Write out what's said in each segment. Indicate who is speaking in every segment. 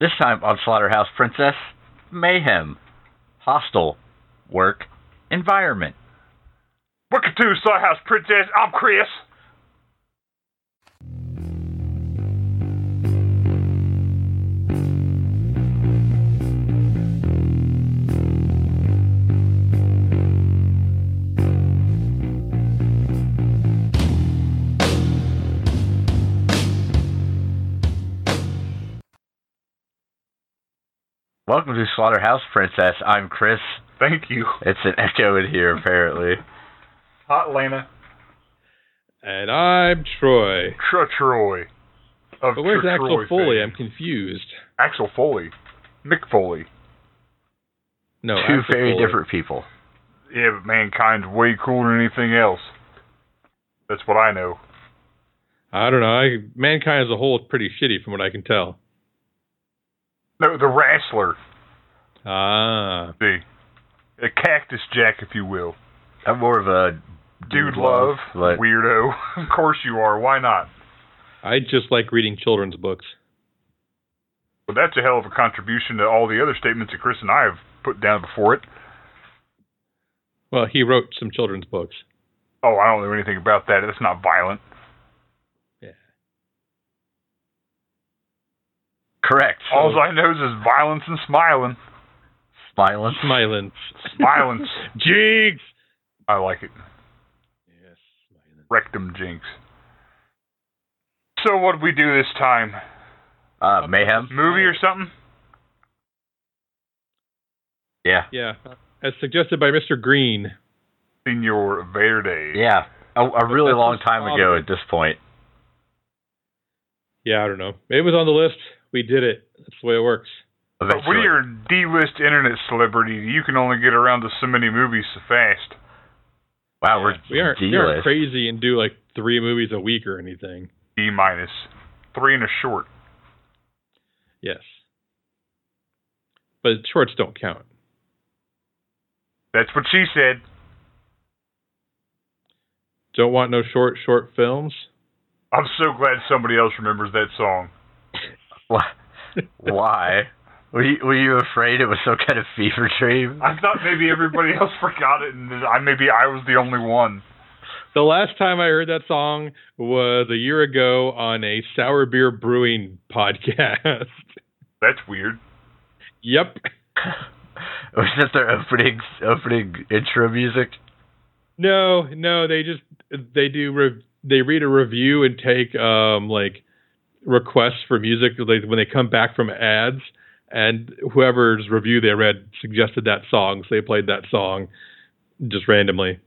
Speaker 1: This time on Slaughterhouse Princess, mayhem, hostile, work, environment.
Speaker 2: Welcome to Slaughterhouse Princess. I'm Chris.
Speaker 1: Welcome to Slaughterhouse Princess. I'm Chris.
Speaker 2: Thank you.
Speaker 1: It's an echo in here, apparently.
Speaker 2: Hot Lana.
Speaker 3: And I'm Troy.
Speaker 2: Troy. Of
Speaker 3: But where's Axel
Speaker 2: Troy
Speaker 3: Foley?
Speaker 2: fame.
Speaker 3: I'm confused.
Speaker 2: Axel Foley. Mick Foley.
Speaker 3: No,
Speaker 1: Two
Speaker 3: Axel
Speaker 1: very
Speaker 3: Foley.
Speaker 1: different people.
Speaker 2: Yeah, but mankind's way cooler than anything else. That's what I know.
Speaker 3: I don't know. I, mankind as a whole is pretty shitty, from what I can tell.
Speaker 2: No, the wrestler.
Speaker 3: Ah,
Speaker 2: The, the cactus jack, if you will.
Speaker 1: I'm more of a
Speaker 2: Dude, love.
Speaker 1: but
Speaker 2: Weirdo. of course you are. Why not?
Speaker 3: I just like reading children's books.
Speaker 2: Well, that's a hell of a contribution to all the other statements that Chris and I have put down before it.
Speaker 3: Well, he wrote some children's books.
Speaker 2: Oh, I don't know anything about that. That's not violent.
Speaker 1: correct.
Speaker 2: All I know is violence and smiling.
Speaker 1: Violence.
Speaker 3: Smilance.
Speaker 2: Violence.
Speaker 3: Jinx.
Speaker 2: I like it.
Speaker 3: Yes. Smilance.
Speaker 2: Rectum jinx. So what did we do this time?
Speaker 1: Uh, mayhem.
Speaker 2: Movie or something?
Speaker 1: Yeah.
Speaker 3: Yeah, as suggested by Mr. Green.
Speaker 2: Senor Verde.
Speaker 1: Yeah. A, a really
Speaker 3: that's
Speaker 1: long
Speaker 3: just
Speaker 1: time ago
Speaker 3: Slaughter.
Speaker 1: at this point.
Speaker 3: Yeah, I don't know. It was on the list. We did it. That's the way it works.
Speaker 2: But when
Speaker 1: Eventually.
Speaker 2: you're a D-list internet celebrity, you can only get around to so many movies so fast.
Speaker 1: wow, we're
Speaker 3: we aren't, we aren't
Speaker 1: D-list.
Speaker 3: crazy and do like three movies a week or anything.
Speaker 2: D minus. Three and a short.
Speaker 3: Yes. But shorts don't count.
Speaker 2: That's what she said.
Speaker 3: Don't want no short, short films.
Speaker 2: I'm so glad somebody else remembers that song.
Speaker 1: Why? Were you, were you afraid it was some kind of fever dream?
Speaker 2: I thought maybe everybody else forgot it, and I maybe I was the only one.
Speaker 3: The last time I heard that song was a year ago on a sour beer brewing podcast.
Speaker 2: That's weird.
Speaker 3: yep.
Speaker 1: was that their opening opening intro music?
Speaker 3: No, no, they just they do re- they read a review and take um like requests for music like when they come back from ads and whoever's review they read suggested that song, so they played that song just randomly.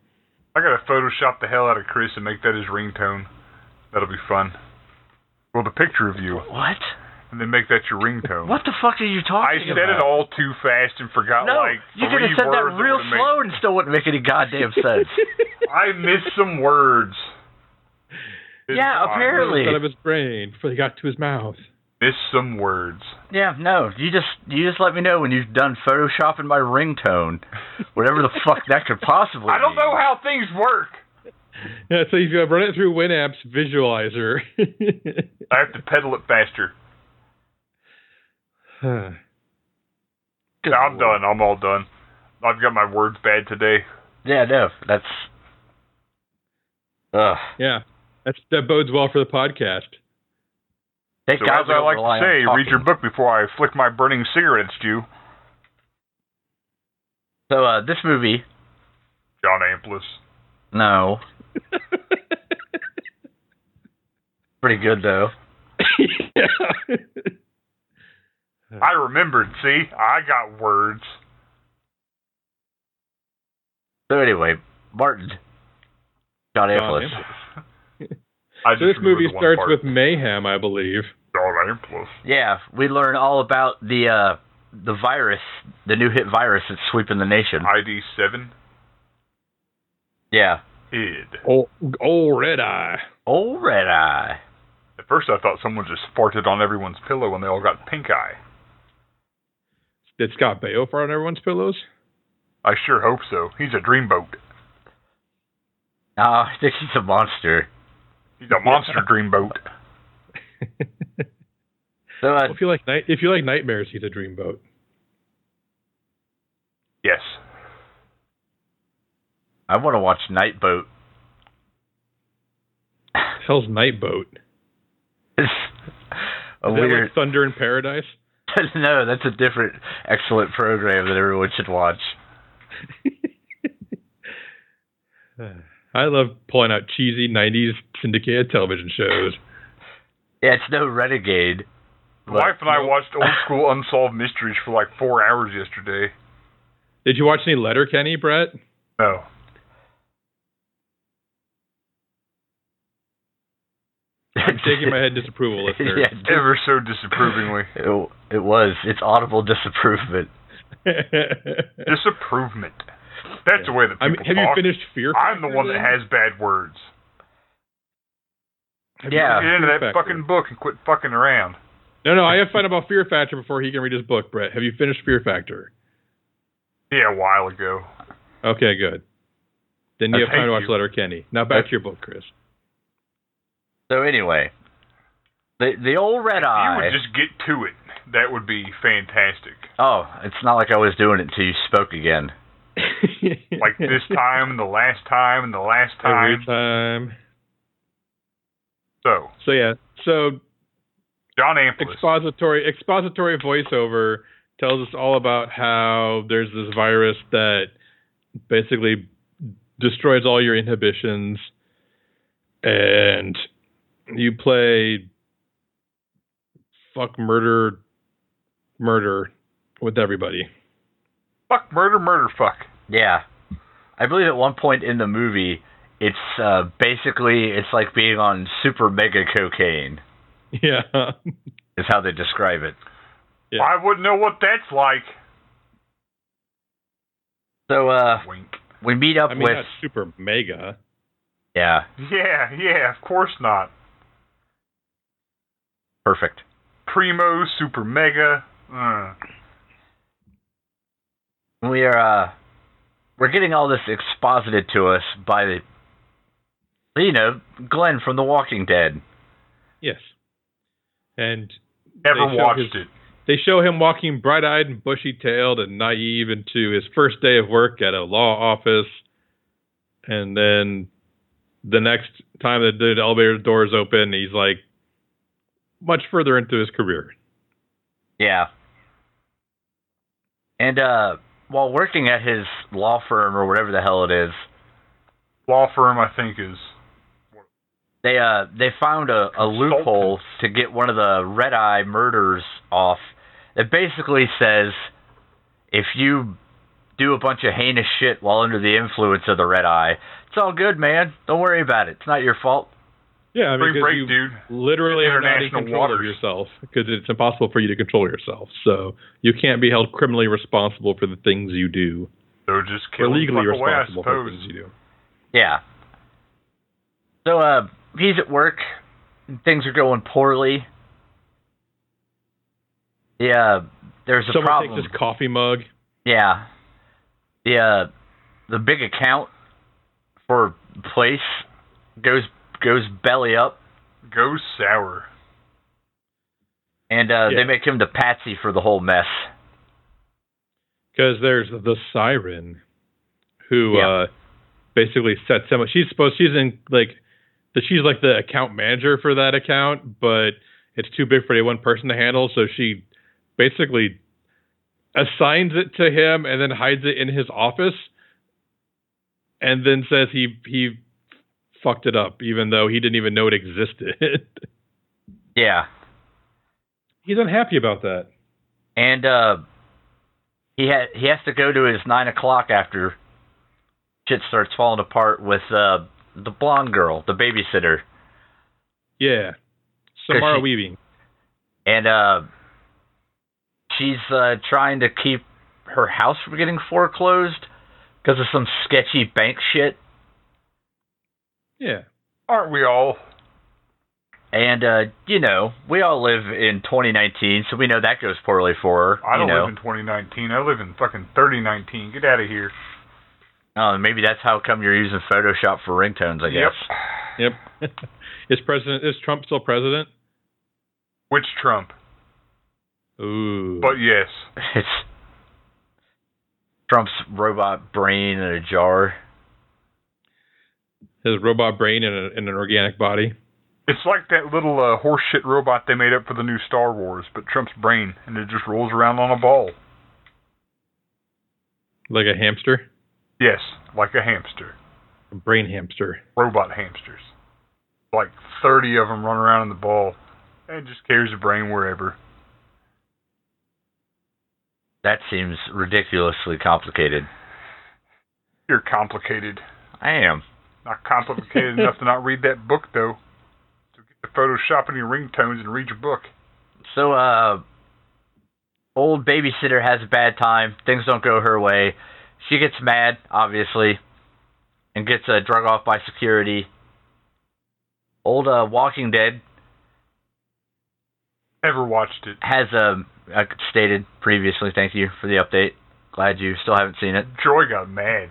Speaker 2: I gotta Photoshop the hell out of Chris and make that his ringtone. That'll be fun. Well, the picture of you,
Speaker 1: What?
Speaker 2: and then make that your ringtone.
Speaker 1: What the fuck are you
Speaker 2: I
Speaker 1: talking
Speaker 2: said
Speaker 1: about?
Speaker 2: it all too fast and forgot
Speaker 1: No,
Speaker 2: like
Speaker 1: you could
Speaker 2: three
Speaker 1: have said that
Speaker 2: words
Speaker 1: real
Speaker 2: would've made-
Speaker 1: slow and still wouldn't make any goddamn sense.
Speaker 2: I missed some words. It's
Speaker 1: Yeah,
Speaker 2: fine.
Speaker 1: apparently.
Speaker 3: Out of his brain before they got to his mouth.
Speaker 2: Missed some words.
Speaker 1: yeah, no, you just you just let me know when you've done photoshopping my ringtone, whatever the fuck that could possibly.
Speaker 2: I don't
Speaker 1: mean.
Speaker 2: know how things work.
Speaker 3: Yeah, so if you run it through Winamp's visualizer.
Speaker 2: I have to pedal it faster.
Speaker 1: Good
Speaker 2: Now I'm
Speaker 1: lord.
Speaker 2: done. I'm all done. I've got my words bad today.
Speaker 1: Yeah, no, that's. Ugh.
Speaker 3: yeah. That's that bodes well for the podcast.
Speaker 1: Thank
Speaker 2: So
Speaker 1: God
Speaker 2: as
Speaker 1: we
Speaker 2: I
Speaker 1: don't
Speaker 2: like
Speaker 1: rely
Speaker 2: to
Speaker 1: on
Speaker 2: say, read your
Speaker 1: talking.
Speaker 2: book before I flick my burning cigarette at you,
Speaker 1: So uh, this movie,
Speaker 2: John Amplis.
Speaker 1: no, pretty good though.
Speaker 2: I remembered. See, I got words.
Speaker 1: So anyway, Martin, John
Speaker 3: John
Speaker 1: Amplis.
Speaker 2: I
Speaker 3: So
Speaker 2: just
Speaker 3: this movie
Speaker 2: remembered the one
Speaker 3: starts
Speaker 2: part.
Speaker 3: with mayhem, I believe.
Speaker 2: John Amplis.
Speaker 1: Yeah, we learn all about the uh, the virus, the new hit virus that's sweeping the nation.
Speaker 2: ID seven.
Speaker 1: Yeah.
Speaker 2: Id.
Speaker 3: Oh, oh red eye.
Speaker 1: Oh, red eye.
Speaker 2: At first, I thought someone just farted on everyone's pillow and they all got pink eye.
Speaker 3: Did Scott Baio fart on everyone's pillows?
Speaker 2: I sure hope so. He's a dreamboat.
Speaker 1: Oh, I think he's a monster.
Speaker 2: He's a monster dreamboat.
Speaker 1: So uh,
Speaker 3: Well, if you like night, if you like nightmares, he's a dreamboat.
Speaker 2: Yes.
Speaker 1: I want to watch Night Boat.
Speaker 3: Hell's Nightboat.
Speaker 1: It's a
Speaker 3: Is that
Speaker 1: weird.
Speaker 3: like Thunder in Paradise?
Speaker 1: no, that's a different excellent program that everyone should watch.
Speaker 3: I love pulling out cheesy '90s syndicated television shows.
Speaker 1: Yeah, it's no Renegade.
Speaker 2: My
Speaker 1: but-
Speaker 2: wife and I watched old school unsolved mysteries for like four hours yesterday.
Speaker 3: Did you watch any Letter Kenny, Brett?
Speaker 2: No.
Speaker 3: I'm shaking my head in disapproval, listener.
Speaker 1: yeah,
Speaker 2: Ever so disapprovingly.
Speaker 1: it, it was. It's audible disapproval.
Speaker 2: Disapprovement. That's the way that people
Speaker 3: I mean, have you
Speaker 2: talk.
Speaker 3: finished Fear?
Speaker 2: I'm the
Speaker 3: Factor,
Speaker 2: one that
Speaker 3: then?
Speaker 2: has bad words.
Speaker 3: Have you
Speaker 1: Yeah.
Speaker 2: Get
Speaker 3: finished
Speaker 2: into
Speaker 3: Fear
Speaker 2: that
Speaker 3: Factor?
Speaker 2: fucking book and quit fucking around.
Speaker 3: No, no, I have to find out about Fear Factor before he can read his book, Brett. Have you finished Fear Factor?
Speaker 2: Yeah, a while ago.
Speaker 3: Okay, good. Then you
Speaker 2: I
Speaker 3: have
Speaker 2: Uh,
Speaker 3: time
Speaker 2: thank
Speaker 3: to watch
Speaker 2: you.
Speaker 3: Letter Kenny. Now back
Speaker 1: I-
Speaker 3: to your book, Chris.
Speaker 1: So anyway, the the old red
Speaker 2: You
Speaker 1: eye.
Speaker 2: would just get to it. That would be fantastic.
Speaker 1: Oh, it's not like I was doing it until you spoke again.
Speaker 2: Like this time and the last time and the last
Speaker 3: Every
Speaker 2: time.
Speaker 3: time.
Speaker 2: So,
Speaker 3: So yeah. So
Speaker 2: John Amplis.
Speaker 3: expository expository voiceover tells us all about how there's this virus that basically destroys all your inhibitions and you play fuck murder murder with everybody.
Speaker 2: Fuck, murder, murder, fuck.
Speaker 1: Yeah, I believe at one point in the movie, it's uh, basically it's like being on super mega cocaine.
Speaker 3: Yeah.
Speaker 1: Is how they describe it.
Speaker 3: Yeah.
Speaker 2: I wouldn't know what that's like.
Speaker 1: So uh,
Speaker 2: Wink.
Speaker 1: we meet up
Speaker 3: I mean
Speaker 1: with
Speaker 3: not super mega.
Speaker 1: yeah,
Speaker 2: Yeah, yeah, of course not.
Speaker 1: perfect.
Speaker 2: Primo, super mega. Mm.
Speaker 1: We are uh, we're getting all this exposited to us by the you know Glenn from The Walking Dead.
Speaker 3: Yes. And
Speaker 2: Never
Speaker 3: They show
Speaker 2: watched
Speaker 3: his-
Speaker 2: it.
Speaker 3: They show him walking bright eyed and bushy tailed and naive into his first day of work at a law office. And then the next time the, the elevator door is open, he's like much further into his career.
Speaker 1: Yeah. And uh, while working at his law firm or whatever the hell it is,
Speaker 2: Law firm, I think, is.
Speaker 1: they uh they found a, a loophole
Speaker 2: Consultants.
Speaker 1: to get one of the red eye murders off. That basically says if you do a bunch of heinous shit while under the influence of the red eye, it's all good, man. Don't worry about it. It's not your fault.
Speaker 3: Yeah, I mean,
Speaker 2: Free
Speaker 3: 'cause
Speaker 2: break,
Speaker 3: you
Speaker 2: dude.
Speaker 3: literally are not in
Speaker 2: International
Speaker 3: control of
Speaker 2: waters.
Speaker 3: yourself because it's impossible for you to control yourself. So you can't be held criminally responsible for the things you do
Speaker 2: So just
Speaker 3: or
Speaker 2: kill him
Speaker 3: legally
Speaker 2: the fuck away, I
Speaker 3: responsible for the
Speaker 2: suppose.
Speaker 3: things you do.
Speaker 1: Yeah. So uh he's at work and things are going poorly. Yeah, there's a
Speaker 3: Someone
Speaker 1: problem.
Speaker 3: takes his coffee mug.
Speaker 1: Yeah. The uh, the big account for place goes goes belly up
Speaker 2: Go sour.
Speaker 1: and uh,
Speaker 3: Yeah.
Speaker 1: they make him the patsy for the whole mess.
Speaker 3: Because there's the siren, who
Speaker 1: Yeah.
Speaker 3: uh, basically sets him. up. She's supposed she's in like the, she's like the account manager for that account, but it's too big for any one person to handle. So she basically assigns it to him and then hides it in his office, and then says he he fucked it up, even though he didn't even know it existed.
Speaker 1: Yeah.
Speaker 3: He's unhappy about that.
Speaker 1: And uh, he ha- he has to go to his nine o'clock after shit starts falling apart with uh, the blonde girl, the babysitter.
Speaker 3: Yeah, Samara
Speaker 1: she-
Speaker 3: Weaving.
Speaker 1: and uh she's uh trying to keep her house from getting foreclosed because of some sketchy bank shit
Speaker 3: Yeah.
Speaker 2: Aren't we all?
Speaker 1: and uh you know we all live in 2019 so we know that goes poorly for her
Speaker 2: I don't
Speaker 1: you know
Speaker 2: live in 2019. I live in fucking 3019. Get out of here.
Speaker 1: oh, maybe that's how come you're using photoshop for ringtones i guess
Speaker 2: Yep.
Speaker 3: Yep. is President is Trump still president?
Speaker 2: Which Trump?
Speaker 3: Ooh.
Speaker 2: But yes,
Speaker 1: It's Trump's robot brain in a jar.
Speaker 3: his robot brain in, a, in an organic body.
Speaker 2: it's like that little uh, horseshit robot they made up for the new Star Wars, but Trump's brain, and it just rolls around on a ball.
Speaker 3: Like a hamster?
Speaker 2: Yes, like a hamster,
Speaker 3: A brain hamster.
Speaker 2: robot hamsters. Like 30 of them run around in the ball, and it just carries the brain wherever.
Speaker 1: That seems ridiculously complicated.
Speaker 2: You're complicated.
Speaker 1: I am.
Speaker 2: Not complicated enough to not read that book, though. So get the Photoshop in your ringtones and read your book.
Speaker 1: So, uh, old babysitter has a bad time. Things don't go her way. She gets mad, obviously, and gets uh, drug off by security. Old uh, Walking Dead
Speaker 2: Never watched it.
Speaker 1: has um, uh, stated previously. Thank you for the update. Glad you still haven't seen it.
Speaker 2: Joy got mad.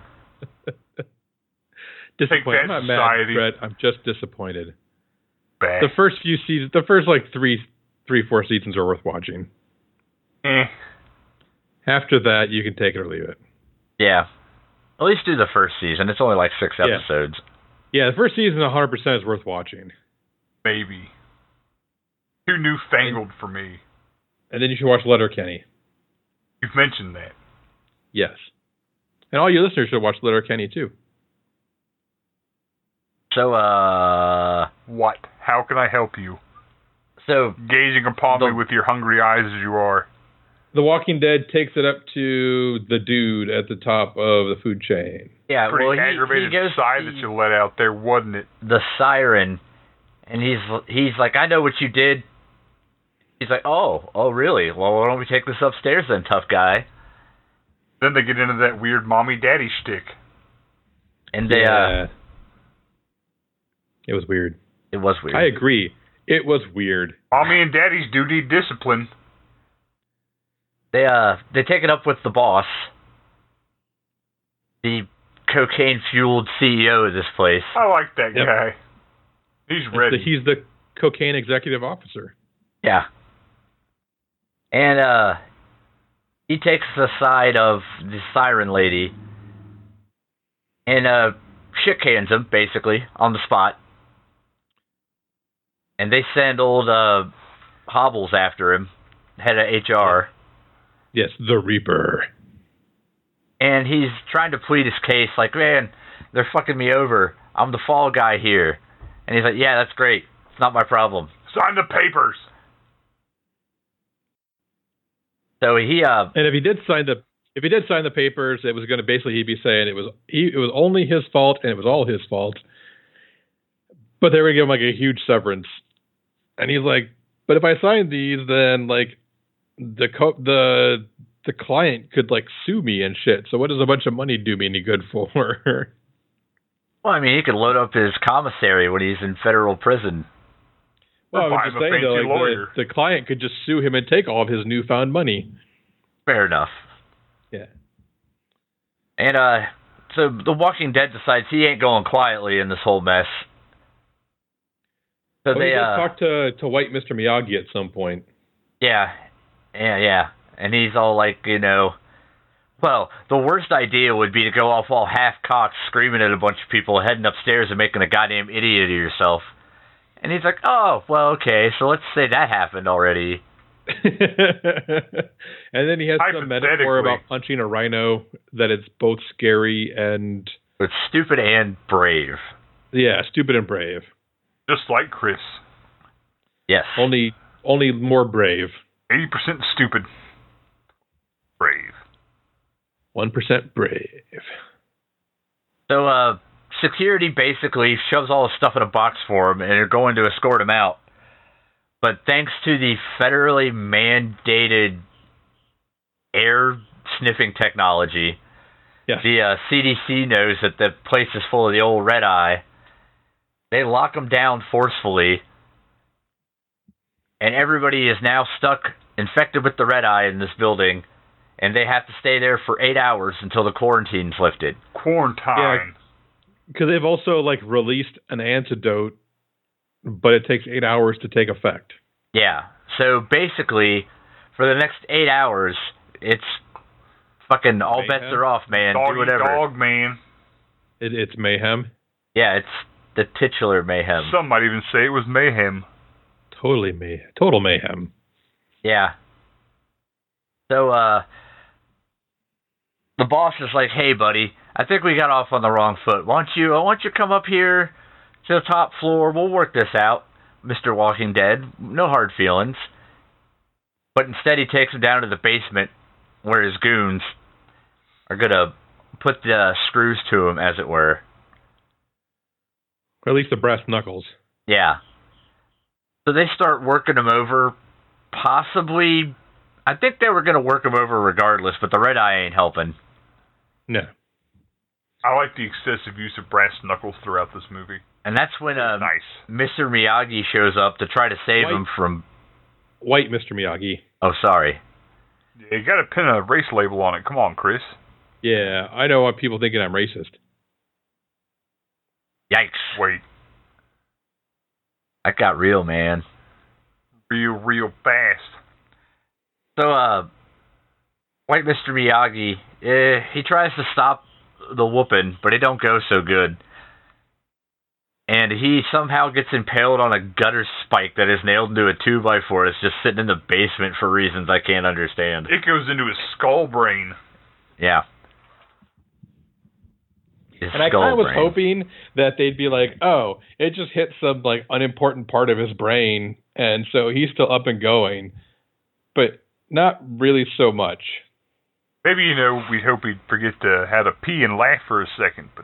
Speaker 3: Disappointed. I'm
Speaker 2: that,
Speaker 3: not mad,
Speaker 2: society.
Speaker 3: Brett. I'm just disappointed.
Speaker 2: Bad.
Speaker 3: The first few seasons, the first like three, three, four seasons are worth watching.
Speaker 2: eh.
Speaker 3: After that, you can take it or leave it.
Speaker 1: Yeah. At least do the first season. It's only like six
Speaker 3: Yeah.
Speaker 1: episodes.
Speaker 3: Yeah, the first season 100% is worth watching.
Speaker 2: Maybe. Too newfangled for me.
Speaker 3: And then you should watch Letterkenny.
Speaker 2: You've mentioned that.
Speaker 3: Yes. And all you listeners should watch Letterkenny too.
Speaker 1: So, uh,
Speaker 2: What? How can I help you?
Speaker 1: so
Speaker 2: Gazing upon
Speaker 1: The-
Speaker 2: me with your hungry eyes as you are.
Speaker 3: The Walking Dead takes it up to the dude at the top of the food chain.
Speaker 1: yeah,
Speaker 2: Pretty
Speaker 1: well, he-
Speaker 2: aggravated
Speaker 1: he, goes
Speaker 2: sigh
Speaker 1: to
Speaker 2: that you let out there, wasn't it?
Speaker 1: the siren, and he's he's like, I know what you did. He's like, oh, oh, really? Well, why don't we take this upstairs then, tough guy?
Speaker 2: Then they get into that weird mommy daddy shtick.
Speaker 1: And they, uh,
Speaker 3: It was weird.
Speaker 1: it was weird.
Speaker 3: I agree. It was weird.
Speaker 2: Mommy and daddies do need discipline.
Speaker 1: they, uh, they take it up with the boss, the cocaine fueled CEO of this place.
Speaker 2: I like that
Speaker 3: Yep.
Speaker 2: guy. He's
Speaker 3: It's
Speaker 2: ready.
Speaker 3: the- he's the cocaine executive officer.
Speaker 1: Yeah. And uh he takes the side of the siren lady and uh shit cans him basically on the spot. And they send old uh Hobbles after him, head of HR,
Speaker 3: Yes, the Reaper.
Speaker 1: and he's trying to plead his case like, "Man, they're fucking me over. I'm the fall guy here." And he's like, "Yeah, that's great. It's not my problem."
Speaker 2: Sign the papers.
Speaker 1: So he uh
Speaker 3: And if he did sign the if he did sign the papers, it was going to basically he'd be saying it was he it was only his fault and it was all his fault. But they were going to give him like a huge severance, and he's like, "But if I sign these, then like the co- the the client could like sue me and shit. So what does a bunch of money do me any good for?"
Speaker 1: Well, I mean, he could load up his commissary when he's in federal prison.
Speaker 3: well, I
Speaker 2: Buy
Speaker 3: was
Speaker 2: him
Speaker 3: just
Speaker 2: a
Speaker 3: saying though,
Speaker 2: fancy
Speaker 3: like, the-
Speaker 2: lawyer.
Speaker 3: the client could just sue him and take all of his newfound money.
Speaker 1: Fair enough.
Speaker 3: Yeah.
Speaker 1: And uh, so The Walking Dead decides he ain't going quietly in this whole mess. So
Speaker 3: Well,
Speaker 1: they
Speaker 3: he does
Speaker 1: uh,
Speaker 3: talk to to White Mr. Miyagi at some point.
Speaker 1: yeah, yeah, yeah, and he's all like, you know, well, the worst idea would be to go off all half cocked, screaming at a bunch of people, heading upstairs and making a goddamn idiot of yourself. And he's like, oh, well, okay, so let's say that happened already.
Speaker 3: and then he has some metaphor
Speaker 2: Hypothetically.
Speaker 3: about punching a rhino that it's both scary and
Speaker 1: It's stupid and brave.
Speaker 3: yeah, stupid and brave.
Speaker 2: Just like Chris.
Speaker 1: Yes.
Speaker 3: Only only more brave.
Speaker 2: 80% stupid. Brave.
Speaker 3: One percent brave.
Speaker 1: So, uh, security basically shoves all his stuff in a box for him, and they're going to escort him out. But thanks to the federally mandated air sniffing technology,
Speaker 3: Yes.
Speaker 1: the uh, CDC knows that the place is full of the old red eye. They lock him down forcefully, and everybody is now stuck infected with the red eye in this building, and they have to stay there for eight hours until the quarantine's lifted.
Speaker 2: Quarantine.
Speaker 3: Because they've also like released an antidote, but it takes eight hours to take effect.
Speaker 1: Yeah. So basically, for the next eight hours, it's fucking all
Speaker 3: Mayhem?
Speaker 1: bets are off, man.
Speaker 2: Doggy
Speaker 1: Do whatever.
Speaker 2: dog, man.
Speaker 3: It, it's mayhem.
Speaker 1: Yeah, it's the titular mayhem.
Speaker 2: Some might even say it was mayhem.
Speaker 3: Totally may total mayhem.
Speaker 1: Yeah. So uh the boss is like, "Hey, buddy, I think we got off on the wrong foot. Why don't you? I want you to come up here to the top floor. We'll work this out, Mister Walking Dead. No hard feelings." But instead, he takes him down to the basement where his goons are gonna put the screws to him, as it were.
Speaker 3: Or at least the brass knuckles.
Speaker 1: Yeah. So they start working him over, possibly. I think they were going to work him over regardless, but the red eye ain't helping.
Speaker 3: No.
Speaker 2: I like the excessive use of brass knuckles throughout this movie.
Speaker 1: And that's when uh,
Speaker 2: nice.
Speaker 1: Mr. Miyagi shows up to try to save
Speaker 3: White-
Speaker 1: him from.
Speaker 3: White Mr. Miyagi.
Speaker 1: Oh, sorry.
Speaker 2: You got to pin a race label on it. Come on, Chris.
Speaker 3: Yeah, I know what people thinking I'm racist.
Speaker 1: Yikes.
Speaker 2: Wait,
Speaker 1: That got real, man.
Speaker 2: real, real fast.
Speaker 1: So, uh, White Mr. Miyagi, eh, he tries to stop the whooping, but it don't go so good. And he somehow gets impaled on a gutter spike that is nailed into a 2x4 that's just sitting in the basement for reasons I can't understand.
Speaker 2: It goes into his skull brain.
Speaker 1: Yeah. His
Speaker 3: And I
Speaker 1: skull
Speaker 3: kind of was
Speaker 1: brain.
Speaker 3: hoping that they'd be like, oh, it just hit some like unimportant part of his brain, and so he's still up and going, but not really so much.
Speaker 2: Maybe you know we hope he'd forget to have to pee and laugh for a second, but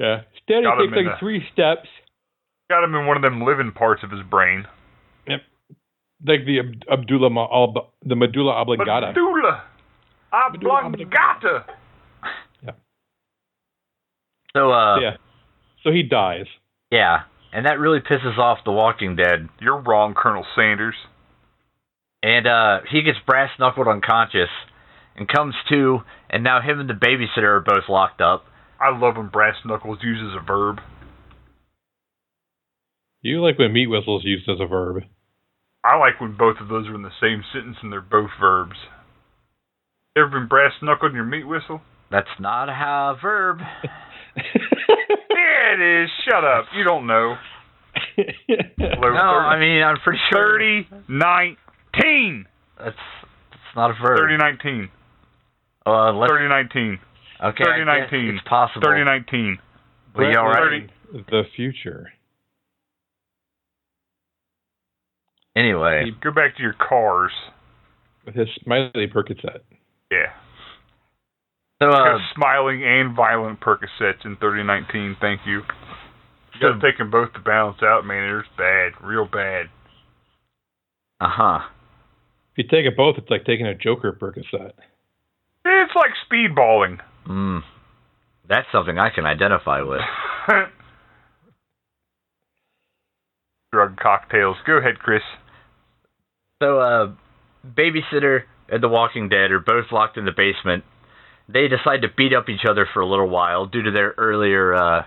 Speaker 3: Yeah, Steady
Speaker 2: Got him
Speaker 3: takes
Speaker 2: in
Speaker 3: like
Speaker 2: the-
Speaker 3: three steps,
Speaker 2: got him in one of them living parts of his brain.
Speaker 3: like the Ab- Abdullah Ma- Al- the medulla oblongata.
Speaker 2: Medulla
Speaker 3: Medulla
Speaker 2: oblongata.
Speaker 1: So, uh, yeah.
Speaker 3: yeah, so he dies.
Speaker 1: And that really pisses off The Walking Dead.
Speaker 2: You're wrong, Colonel Sanders.
Speaker 1: And uh, he gets brass knuckled unconscious and comes to, and now him and the babysitter are both locked up.
Speaker 2: I love when brass knuckles uses a verb.
Speaker 3: You like when meat whistles used as a verb.
Speaker 2: I like when both of those are in the same sentence and they're both verbs. Ever been brass knuckled in your meat whistle?
Speaker 1: That's not a verb.
Speaker 2: Yeah, it is. Shut up. You don't know.
Speaker 1: No, I mean I'm pretty sure.
Speaker 2: 30, 19.
Speaker 1: That's it's not a verb.
Speaker 2: 30, 19.
Speaker 1: uh, let's,
Speaker 2: 30, 19.
Speaker 1: okay,
Speaker 2: 30,
Speaker 1: I guess
Speaker 2: 19.
Speaker 1: It's possible.
Speaker 2: 30, 19.
Speaker 1: But you all right?
Speaker 2: Thirty.
Speaker 3: The future.
Speaker 1: Anyway,
Speaker 2: Go back to your cars.
Speaker 3: With his smiley Percocet.
Speaker 2: Yeah.
Speaker 1: so uh,
Speaker 2: Got smiling and violent Percocets in 3019. Thank you. You
Speaker 1: so,
Speaker 2: gotta take them both to balance out, man. It's bad, real bad.
Speaker 1: uh huh.
Speaker 3: If you take it both, it's like taking a Joker Percocet.
Speaker 2: It's like speedballing.
Speaker 1: Mm, that's something I can identify with.
Speaker 2: Drug cocktails. Go ahead, Chris.
Speaker 1: So, uh, babysitter and The Walking Dead are both locked in the basement. They decide to beat up each other for a little while due to their earlier uh,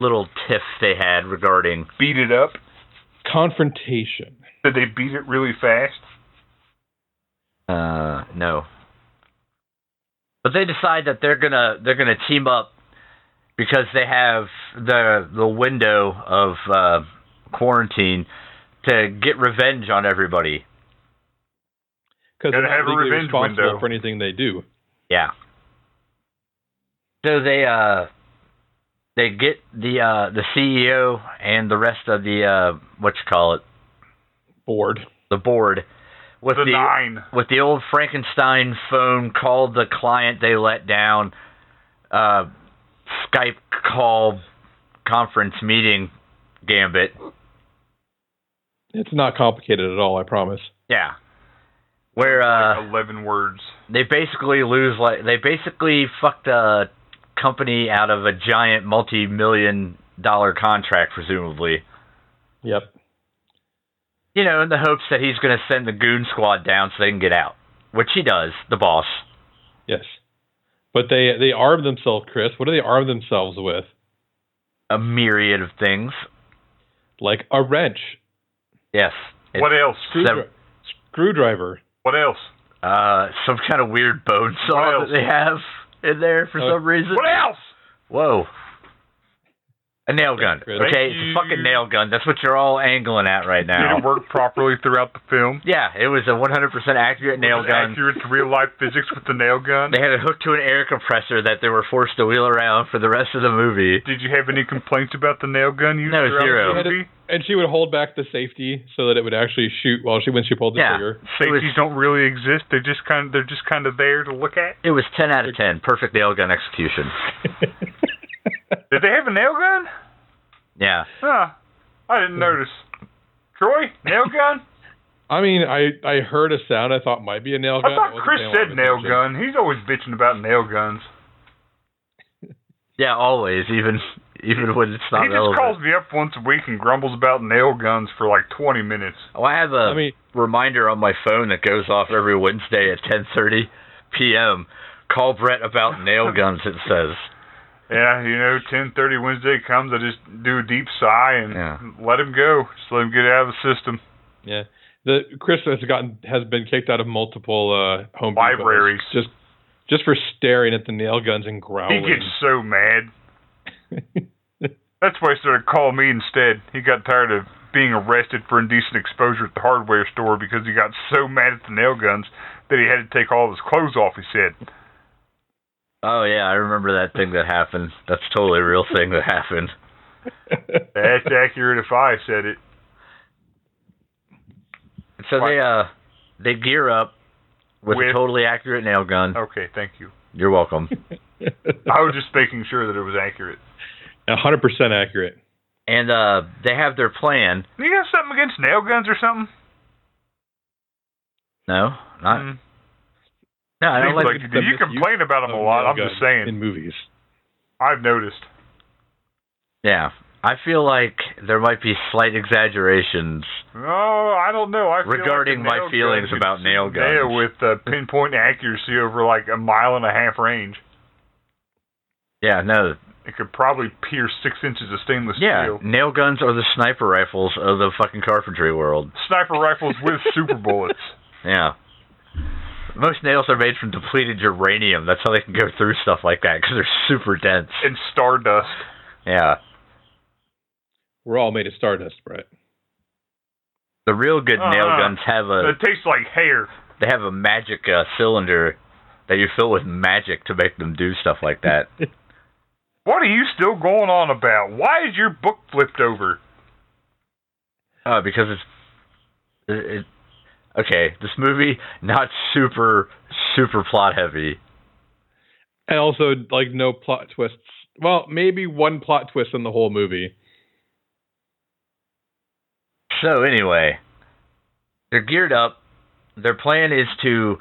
Speaker 1: little tiff they had regarding
Speaker 2: Beat it up.
Speaker 3: Confrontation.
Speaker 2: Did they beat it really fast?
Speaker 1: Uh, no. But they decide that they're gonna they're gonna team up because they have the the window of uh, quarantine to get revenge on everybody.
Speaker 3: Because they're
Speaker 2: Gotta
Speaker 3: not
Speaker 2: have a
Speaker 3: legally
Speaker 2: revenge
Speaker 3: responsible
Speaker 2: window.
Speaker 3: for anything they do.
Speaker 1: Yeah. So they uh they get the uh the CEO and the rest of the uh what you call it
Speaker 3: Bored.
Speaker 1: the board with
Speaker 2: The, nine.
Speaker 1: with the old Frankenstein phone called the client they let down, uh, Skype call conference meeting gambit.
Speaker 3: It's not complicated at all, I promise.
Speaker 1: Yeah. Where uh,
Speaker 2: Eleven words.
Speaker 1: they basically lose like they basically fucked a company out of a giant multi-million dollar contract presumably.
Speaker 3: Yep.
Speaker 1: You know, in the hopes that he's going to send the goon squad down so they can get out, which he does, the boss.
Speaker 3: Yes. But they they arm themselves, Chris. What do they arm themselves with?
Speaker 1: A myriad of things.
Speaker 3: Like a wrench,
Speaker 1: Yes. It's
Speaker 2: what else?
Speaker 3: screwdriver, Screwdriver.
Speaker 2: What else?
Speaker 1: Uh, some kind of weird bone saw
Speaker 2: else?
Speaker 1: that they have in there for
Speaker 3: Oh.
Speaker 1: some reason.
Speaker 2: What else?
Speaker 1: Whoa. A nail gun.
Speaker 3: Thank
Speaker 1: Okay, it's
Speaker 2: you.
Speaker 1: a fucking nail gun. That's what you're all angling at right
Speaker 2: Did
Speaker 1: now.
Speaker 2: it work properly throughout the film?
Speaker 1: Yeah, it was a 100% accurate nail
Speaker 2: Was it
Speaker 1: gun.
Speaker 2: Accurate to real life physics with the nail gun.
Speaker 1: They had it hooked to an air compressor that they were forced to wheel around for the rest of the movie.
Speaker 2: Did you have any complaints about the nail gun used
Speaker 1: No,
Speaker 2: throughout
Speaker 1: zero.
Speaker 2: the movie?
Speaker 3: And she would hold back the safety so that it would actually shoot while she when she pulled the
Speaker 1: Yeah.
Speaker 3: trigger.
Speaker 1: It was,
Speaker 2: Safeties don't really exist. They just kind of they're just kind of there to look at.
Speaker 1: it was 10 out of 10. Perfect nail gun execution.
Speaker 2: Did they have a nail gun?
Speaker 1: Yeah.
Speaker 2: Huh. I
Speaker 1: Hmm.
Speaker 2: didn't notice. Troy, nail gun?
Speaker 3: I mean, I I heard a sound I thought might be a nail gun.
Speaker 2: I
Speaker 3: It
Speaker 2: thought
Speaker 3: wasn't
Speaker 2: Chris
Speaker 3: paying a lot of
Speaker 2: said nail
Speaker 3: attention.
Speaker 2: gun. He's always bitching about nail guns.
Speaker 1: Yeah, always, even even when it's not
Speaker 2: he just
Speaker 1: relevant.
Speaker 2: calls me up once a week and grumbles about nail guns for like 20 minutes.
Speaker 1: Oh, I have a
Speaker 3: I mean,
Speaker 1: reminder on my phone that goes off every Wednesday at 10:30 p.m. Call Brett about nail guns. It says.
Speaker 2: Yeah, you know, 10:30 Wednesday comes. I just do a deep sigh and
Speaker 1: Yeah.
Speaker 2: let him go. Just let him get out of the system.
Speaker 3: yeah. The Chris has gotten has been kicked out of multiple uh, home Depots
Speaker 2: Libraries.
Speaker 3: just just for staring at the nail guns and
Speaker 2: He
Speaker 3: growling.
Speaker 2: gets so mad. That's why he started calling me instead. He got tired of being arrested for indecent exposure at the hardware store because he got so mad at the nail guns that he had to take all of his clothes off. He said.
Speaker 1: Oh yeah, I remember that thing that happened. That's totally a real thing that happened.
Speaker 2: That's accurate if I said it.
Speaker 1: So they uh they gear up with, Oh.
Speaker 2: With-
Speaker 1: a totally accurate nail gun.
Speaker 2: Okay, thank you.
Speaker 1: You're welcome.
Speaker 2: I was just making sure that it was accurate.
Speaker 3: hundred percent accurate.
Speaker 1: And uh they have their plan.
Speaker 2: You got something against nail guns or something?
Speaker 1: No, not
Speaker 2: Mm.
Speaker 1: no. I don't
Speaker 2: Seems
Speaker 1: like.
Speaker 2: like
Speaker 3: the
Speaker 2: you
Speaker 3: misuse
Speaker 2: complain about them a
Speaker 3: of
Speaker 2: lot.
Speaker 3: nail
Speaker 2: I'm just
Speaker 3: guns
Speaker 2: saying.
Speaker 3: in movies.
Speaker 2: I've noticed.
Speaker 1: Yeah, I feel like there might be slight exaggerations.
Speaker 2: Oh, I don't know. I feel like
Speaker 1: Regarding
Speaker 2: a
Speaker 1: my
Speaker 2: nail
Speaker 1: feelings
Speaker 2: gun could
Speaker 1: about nail
Speaker 2: shoot a nail
Speaker 1: guns.
Speaker 2: with uh, pinpoint accuracy over like a mile and a half range,
Speaker 1: Yeah, no,
Speaker 2: it could probably pierce six inches of stainless
Speaker 1: Yeah,
Speaker 2: steel.
Speaker 1: nail guns are the sniper rifles of the fucking carpentry world.
Speaker 2: Sniper rifles with super bullets.
Speaker 1: Yeah. Most nails are made from depleted uranium. That's how they can go through stuff like that because they're super dense.
Speaker 2: and stardust.
Speaker 1: Yeah.
Speaker 3: We're all made of stardust, Brett.
Speaker 1: The real good nail
Speaker 2: Uh,
Speaker 1: guns have a
Speaker 2: it tastes like hair.
Speaker 1: they have a magic uh, cylinder that you fill with magic to make them do stuff like that.
Speaker 2: What are you still going on about? Why is your book flipped over?
Speaker 1: uh, because it's it, it, okay. This movie not super super plot heavy.
Speaker 3: And also, like, no plot twists. Well, maybe one plot twist in the whole movie.
Speaker 1: So anyway, they're geared up. Their plan is to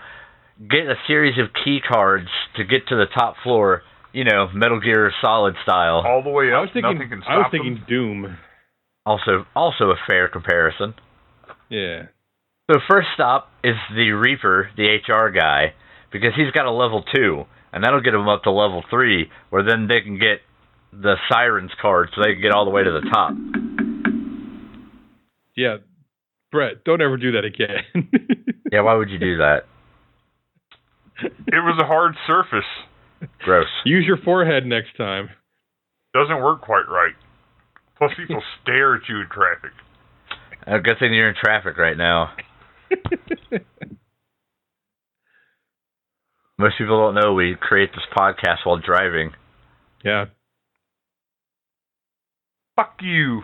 Speaker 1: get a series of key cards to get to the top floor. You know, Metal Gear Solid style.
Speaker 2: All the way up.
Speaker 3: I was thinking.
Speaker 2: Nothing can stop
Speaker 3: I was thinking
Speaker 2: them.
Speaker 3: Doom.
Speaker 1: Also, also a fair comparison.
Speaker 3: Yeah.
Speaker 1: So first stop is the Reaper, the HR guy, because he's got a level two, and that'll get him up to level three, where then they can get the Sirens card, so they can get all the way to the top.
Speaker 3: Yeah. Brett, don't ever do that again.
Speaker 1: Yeah, why would you do that?
Speaker 2: It was a hard surface.
Speaker 1: Gross.
Speaker 3: Use your forehead next time.
Speaker 2: Doesn't work quite right. Plus, people stare at you in traffic.
Speaker 1: Uh, good thing you're in traffic right now. Most people don't know we create this podcast while driving.
Speaker 3: yeah.
Speaker 2: Fuck you.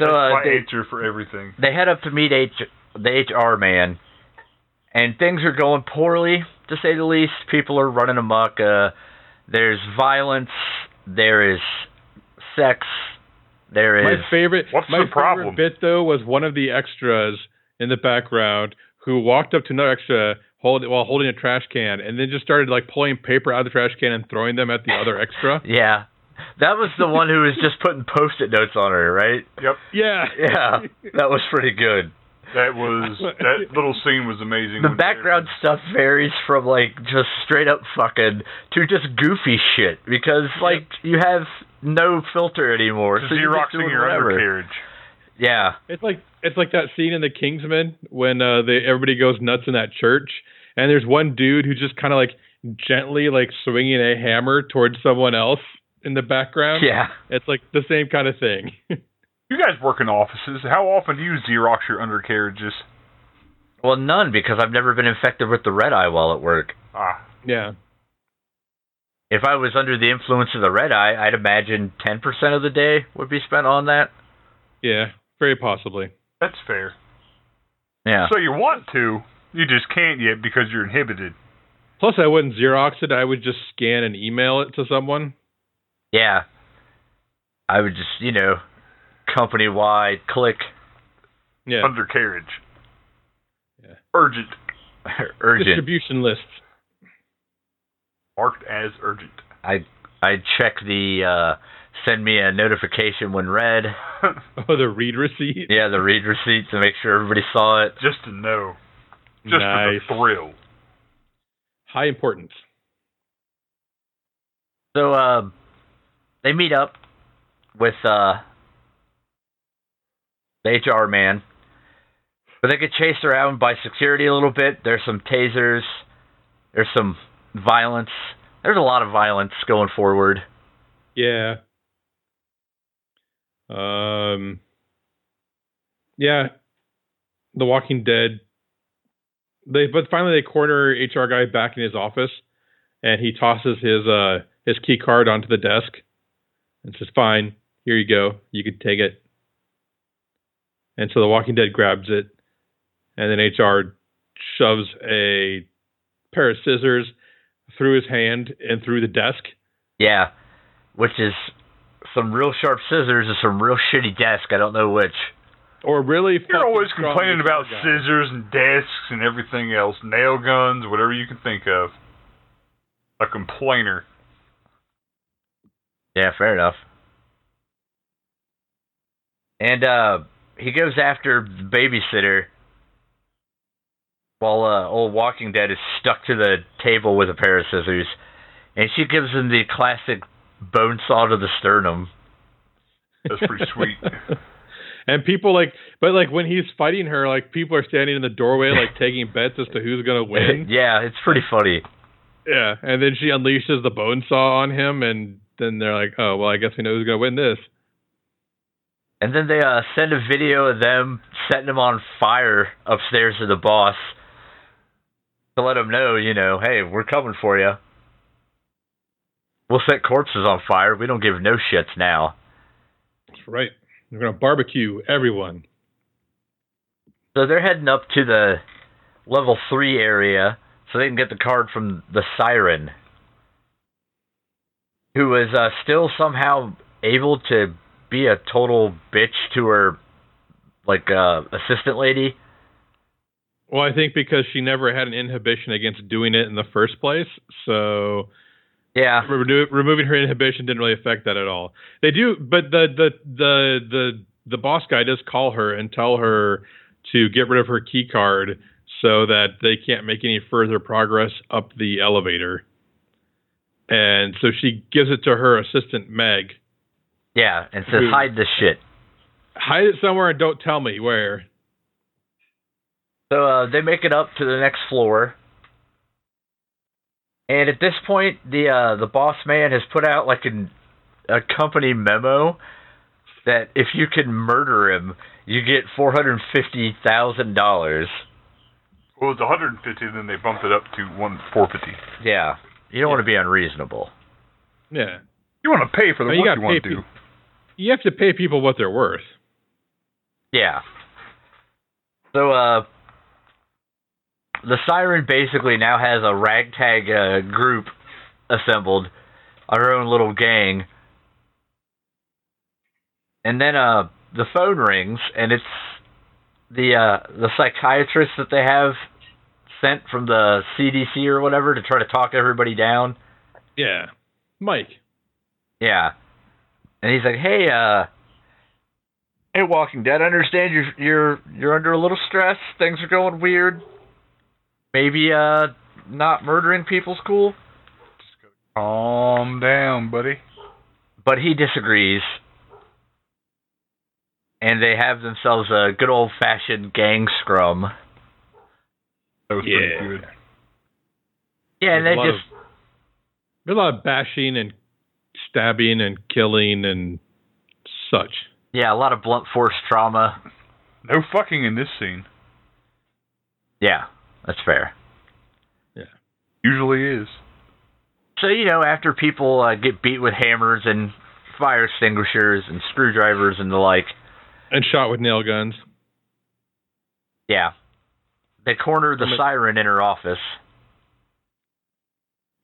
Speaker 1: So uh,
Speaker 2: My
Speaker 1: they,
Speaker 2: answer for everything.
Speaker 1: they head up to meet H, the HR man, and things are going poorly, to say the least. People are running amok. Uh, there's violence. There is sex. There
Speaker 3: My
Speaker 1: is.
Speaker 3: favorite.
Speaker 2: What's
Speaker 3: my
Speaker 2: the
Speaker 3: favorite
Speaker 2: problem?
Speaker 3: bit though was one of the extras in the background who walked up to another extra hold, while holding a trash can and then just started like pulling paper out of the trash can and throwing them at the other extra.
Speaker 1: yeah. That was the one who was just putting post it notes on her, right?
Speaker 2: Yep,
Speaker 3: Yeah.
Speaker 1: Yeah. That was pretty good.
Speaker 2: that was that little scene was amazing.
Speaker 1: the
Speaker 2: when-
Speaker 1: background stuff varies from like just straight up fucking to just goofy shit because like you have no filter anymore.
Speaker 2: to
Speaker 1: so you're just
Speaker 2: Xeroxing
Speaker 1: doing
Speaker 2: your
Speaker 1: whatever.
Speaker 2: undercarriage.
Speaker 1: Yeah.
Speaker 3: It's like it's like that scene in The Kingsman when uh, they everybody goes nuts in that church, and there's one dude who just kind of like gently like swinging a hammer towards someone else in the background.
Speaker 1: Yeah.
Speaker 3: It's like the same kind of thing.
Speaker 2: You guys work in offices. How often do you Xerox your undercarriages?
Speaker 1: Well, none because I've never been infected with the red eye while at work.
Speaker 2: Ah,
Speaker 3: yeah.
Speaker 1: If I was under the influence of the red eye, I'd imagine 10% of the day would be spent on that.
Speaker 3: Yeah. Very possibly.
Speaker 2: that's fair.
Speaker 1: Yeah.
Speaker 2: So you want to, you just can't yet because you're inhibited.
Speaker 3: Plus, I wouldn't Xerox it. I would just scan and email it to someone.
Speaker 1: Yeah. I would just, you know, company wide click
Speaker 3: Yeah.
Speaker 2: Undercarriage.
Speaker 3: Yeah.
Speaker 2: Urgent.
Speaker 1: urgent.
Speaker 3: Distribution lists.
Speaker 2: Marked as urgent.
Speaker 1: I I check the uh send me a notification when read.
Speaker 3: Oh, the read receipt.
Speaker 1: Yeah, the read receipt to make sure everybody saw it.
Speaker 2: just to know. Just
Speaker 3: nice.
Speaker 2: for the thrill.
Speaker 3: High importance.
Speaker 1: So uh they meet up with uh the HR man. But they get chased around by security a little bit. There's some tasers. There's some violence. There's a lot of violence going forward.
Speaker 3: Yeah. Um. Yeah. The Walking Dead. They but finally they corner HR guy back in his office, and he tosses his uh his key card onto the desk, and says, "Fine, here you go. You can take it." And so the Walking Dead grabs it, and then HR shoves a pair of scissors through his hand and through the desk.
Speaker 1: Yeah, which is some real sharp scissors and some real shitty desk. I don't know which.
Speaker 3: or really
Speaker 2: You're
Speaker 3: fucking
Speaker 2: always
Speaker 3: strong
Speaker 2: complaining
Speaker 3: guitar
Speaker 2: about
Speaker 3: guy.
Speaker 2: scissors and desks and everything else, nail guns, whatever you can think of. A complainer.
Speaker 1: Yeah, fair enough. And uh, he goes after the babysitter while uh, old Walking Dead is stuck to the table with a pair of scissors, and she gives him the classic bone saw to the sternum.
Speaker 2: That's pretty sweet.
Speaker 3: and people like, but like when he's fighting her, like people are standing in the doorway, like taking bets as to who's gonna win.
Speaker 1: yeah, it's pretty funny.
Speaker 3: yeah, and then she unleashes the bone saw on him, and then they're like, oh well, I guess we know who's gonna win this.
Speaker 1: And then they uh, send a video of them setting him on fire upstairs to the boss to let him know, you know, hey, we're coming for you. We'll set corpses on fire. We don't give no shits now.
Speaker 3: That's right. We're gonna barbecue everyone.
Speaker 1: So they're heading up to the level three area so they can get the card from the siren, who was uh, still somehow able to be a total bitch to her, like, uh, assistant lady.
Speaker 3: Well, I think because she never had an inhibition against doing it in the first place, so
Speaker 1: Yeah.
Speaker 3: Remo- removing her inhibition didn't really affect that at all. They do, but the the the the the boss guy does call her and tell her to get rid of her key card so that they can't make any further progress up the elevator. And so she gives it to her assistant Meg.
Speaker 1: Yeah, and says
Speaker 3: Who-
Speaker 1: hide this shit.
Speaker 3: Hide it somewhere and don't tell me where.
Speaker 1: So uh, they make it up to the next floor, and at this point, the uh, the boss man has put out like an, a company memo that if you can murder him, you get four hundred fifty thousand dollars.
Speaker 2: well, it was 150, then they bumped it up to one 450.
Speaker 1: Yeah, you don't want to be unreasonable.
Speaker 3: Yeah,
Speaker 2: You want to pay for the
Speaker 3: Well, you
Speaker 2: work
Speaker 3: gotta
Speaker 2: you, want
Speaker 3: pay
Speaker 2: to. do.
Speaker 3: you have to pay people what they're worth.
Speaker 1: Yeah. So uh, the siren basically now has a ragtag uh, group assembled, our own little gang. And then uh, the phone rings, and it's the uh, the psychiatrist that they have sent from the CDC or whatever to try to talk everybody down.
Speaker 3: Yeah, Mike.
Speaker 1: Yeah. And he's like, "Hey, uh, hey, Walking Dead. I understand you're you're you're under a little stress. Things are going weird. Maybe uh, not murdering people's cool."
Speaker 2: Calm down, buddy.
Speaker 1: But he disagrees. and they have themselves a good old fashioned gang scrum.
Speaker 2: That was
Speaker 3: Yeah.
Speaker 2: pretty good.
Speaker 1: Yeah, and they
Speaker 3: There's a lot
Speaker 1: just
Speaker 3: There's a lot of bashing and stabbing and killing and such.
Speaker 1: yeah, a lot of blunt force trauma.
Speaker 2: No fucking in this scene.
Speaker 1: Yeah, that's fair.
Speaker 2: Usually is.
Speaker 1: So you know, after people uh, get beat with hammers and fire extinguishers and screwdrivers and the like,
Speaker 3: And shot with nail guns.
Speaker 1: yeah, they corner the
Speaker 3: I'm a-
Speaker 1: siren in her office,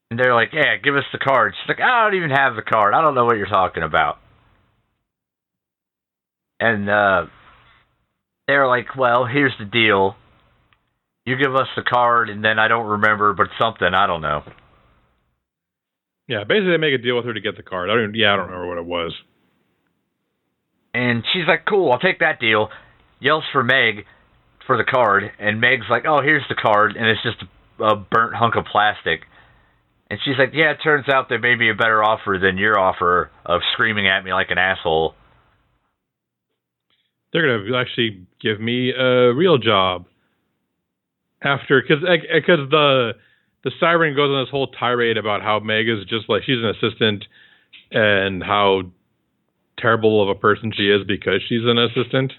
Speaker 1: and they're like, "Yeah, give us the card." She's like, "I don't even have the card. I don't know what you're talking about." And uh, they're like, "Well, here's the deal. You give us the card, and then I don't remember, but something I don't know."
Speaker 3: Yeah, basically they make a deal with her to get the card. I don't. Yeah, I don't remember what it was.
Speaker 1: And she's like, cool, I'll take that deal. Yells for Meg for the card. And Meg's like, oh, here's the card. And it's just a burnt hunk of plastic. And she's like, yeah, it turns out there may be a better offer than your offer of screaming at me like an asshole.
Speaker 3: They're gonna actually give me a real job after, because because the the siren goes on this whole tirade about how Meg is just like she's an assistant and how terrible of a person she is because she's an assistant.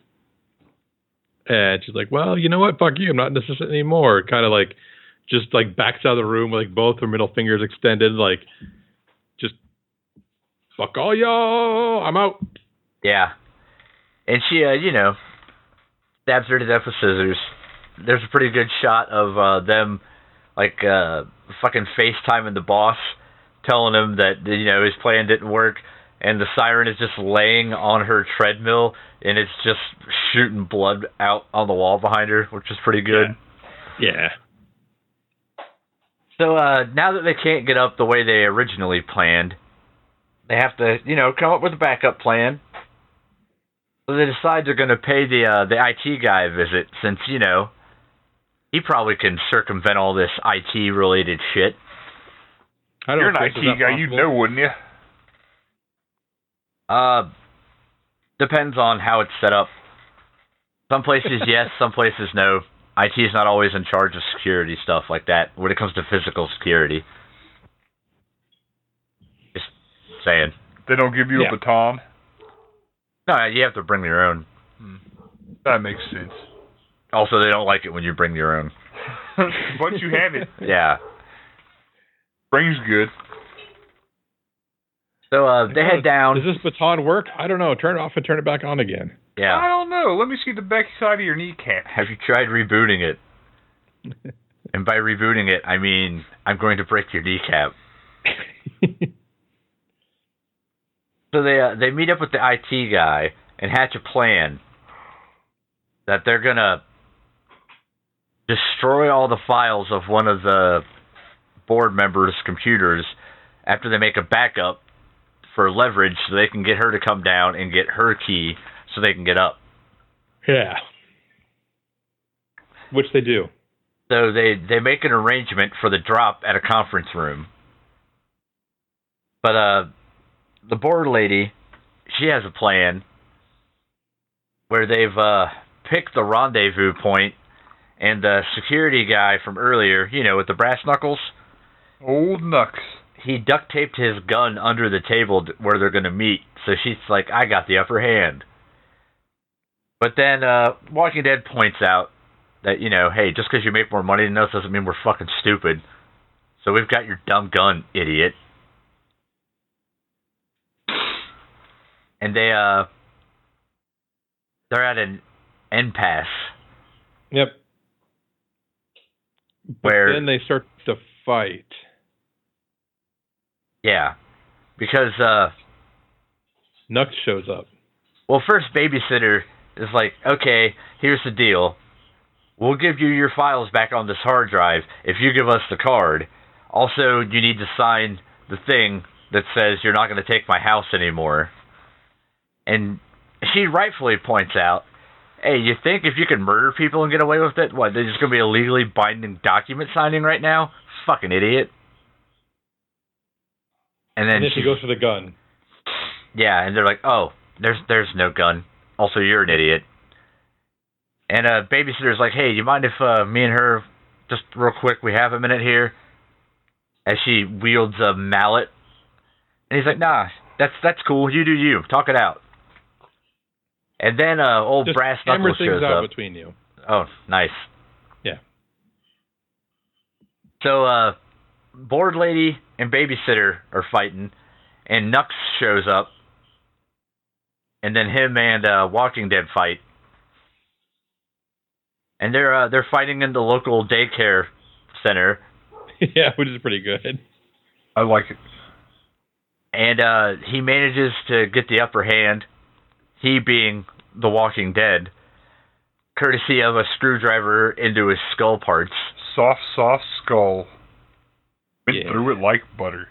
Speaker 3: And she's like, well, you know what? Fuck you. I'm not an assistant anymore. Kind of like just like backs out of the room with like both her middle fingers extended, like just fuck all y'all. I'm out.
Speaker 1: Yeah. And she, uh, you know, stabs her to death with scissors. There's a pretty good shot of uh, them, like, uh, fucking FaceTiming the boss, telling him that, you know, his plan didn't work. And the siren is just laying on her treadmill, and it's just shooting blood out on the wall behind her, which is pretty good.
Speaker 3: Yeah.
Speaker 1: So uh, now that they can't get up the way they originally planned, they have to, you know, come up with a backup plan. So they decide they're going to pay the uh, the IT guy a visit, since you know he probably can circumvent all this IT related shit.
Speaker 3: I
Speaker 2: You're an
Speaker 3: think
Speaker 2: IT
Speaker 3: it's
Speaker 2: guy.
Speaker 3: that
Speaker 2: You'd
Speaker 3: possible.
Speaker 2: know, wouldn't you?
Speaker 1: Uh, depends on how it's set up. Some places yes, some places no. IT is not always in charge of security stuff like that when it comes to physical security. Just saying.
Speaker 2: They don't give you
Speaker 3: Yeah.
Speaker 2: a baton.
Speaker 1: No, you have to bring your own.
Speaker 2: That makes sense.
Speaker 1: Also, they don't like it when you bring your own.
Speaker 2: Once you have it,
Speaker 1: Yeah.
Speaker 2: brain's good.
Speaker 1: So uh, they head
Speaker 3: Does
Speaker 1: down.
Speaker 3: this baton work? I don't know. Turn it off and turn it back on again.
Speaker 2: I
Speaker 1: Yeah.
Speaker 2: don't know. Let me see the back side of your kneecap.
Speaker 1: Have you tried rebooting it? And by rebooting it, I mean I'm going to break your kneecap. So they uh, they meet up with the IT guy and hatch a plan that they're gonna destroy all the files of one of the board members' computers after they make a backup for leverage, so they can get her to come down and get her key, so they can get up.
Speaker 3: yeah. Which they do.
Speaker 1: So they they make an arrangement for the drop at a conference room. But uh, the board lady, she has a plan where they've uh picked the rendezvous point, and the security guy from earlier, you know, with the brass knuckles,
Speaker 2: Old Nux.
Speaker 1: he duct taped his gun under the table d- where they're going to meet. So she's like, I got the upper hand. But then uh, Walking Dead points out that, you know, hey, just because you make more money than us doesn't mean we're fucking stupid. So we've got your dumb gun, idiot. And they, uh, they're at an impasse
Speaker 3: Yep.
Speaker 1: where.
Speaker 3: Then they start to fight.
Speaker 1: yeah. Because, uh,
Speaker 3: Nux shows up.
Speaker 1: Well, first babysitter is like, okay, here's the deal. We'll give you your files back on this hard drive if you give us the card. Also, you need to sign the thing that says you're not going to take my house anymore. And she rightfully points out, hey, you think if you can murder people and get away with it, what, there's just going to be a legally binding document signing right now? Fucking idiot. And then
Speaker 3: And, then she goes for the gun.
Speaker 1: yeah, and they're like, "Oh, there's there's no gun." Also, you're an idiot. And a babysitter's like, hey, do you mind if uh, me and her, just real quick, we have a minute here? As she wields a mallet. And he's like, nah, that's that's cool. You do you. Talk it out. And then uh, old
Speaker 3: Just
Speaker 1: brass
Speaker 3: hammer
Speaker 1: knuckles
Speaker 3: things
Speaker 1: shows
Speaker 3: out
Speaker 1: up.
Speaker 3: between you.
Speaker 1: Oh, nice.
Speaker 3: Yeah.
Speaker 1: So, uh, board lady and babysitter are fighting, and Nux shows up, and then him and uh, Walking Dead fight, and they're uh, they're fighting in the local daycare center,
Speaker 3: yeah, which is pretty good.
Speaker 2: I like it.
Speaker 1: and uh, he manages to get the upper hand, he being the Walking Dead, courtesy of a screwdriver into his skull parts.
Speaker 2: Soft, soft skull. Went
Speaker 3: Yeah.
Speaker 2: through it like butter.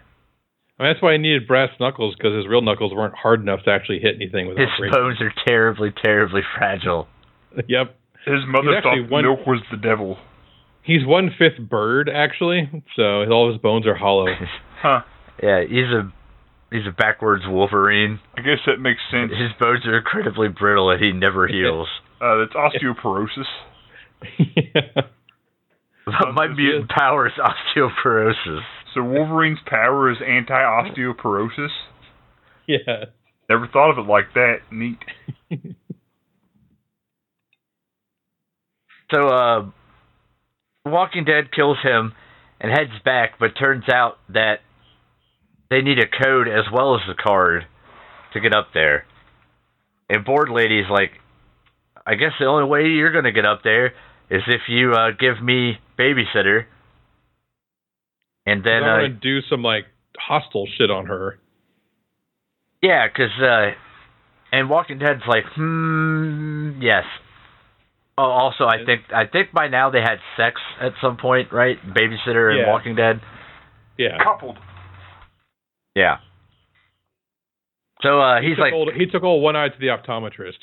Speaker 3: I mean, that's why he needed brass knuckles because his real knuckles weren't hard enough to actually hit anything without
Speaker 1: His
Speaker 3: breaking.
Speaker 1: bones are terribly, terribly fragile.
Speaker 3: Yep.
Speaker 2: His mother
Speaker 3: He's actually
Speaker 2: thought
Speaker 3: one-
Speaker 2: milk was the devil.
Speaker 3: He's one fifth bird actually, so all his bones are hollow.
Speaker 2: Huh.
Speaker 1: yeah, he's a he's a backwards Wolverine.
Speaker 2: I guess that makes sense.
Speaker 1: His bones are incredibly brittle and he never heals.
Speaker 2: Uh, that's osteoporosis.
Speaker 3: yeah.
Speaker 1: But my mutant power is osteoporosis.
Speaker 2: So Wolverine's power is anti-osteoporosis.
Speaker 3: yeah.
Speaker 2: Never thought of it like that. Neat.
Speaker 1: So, uh, Walking Dead kills him and heads back, but turns out that they need a code as well as the card to get up there. And Board Lady's like, I guess the only way you're going to get up there is if you uh, give me babysitter. And then,
Speaker 3: I
Speaker 1: uh,
Speaker 3: want to do some like hostile shit on her.
Speaker 1: yeah, because, uh, and Walking Dead's like, hmm, yes. Oh, also, I think I think by now they had sex at some point, right? Babysitter and
Speaker 3: Yeah.
Speaker 1: Walking Dead.
Speaker 3: Yeah.
Speaker 2: Coupled.
Speaker 1: Yeah. So uh, he's
Speaker 3: took
Speaker 1: like,
Speaker 3: old, he took old one eye to the optometrist.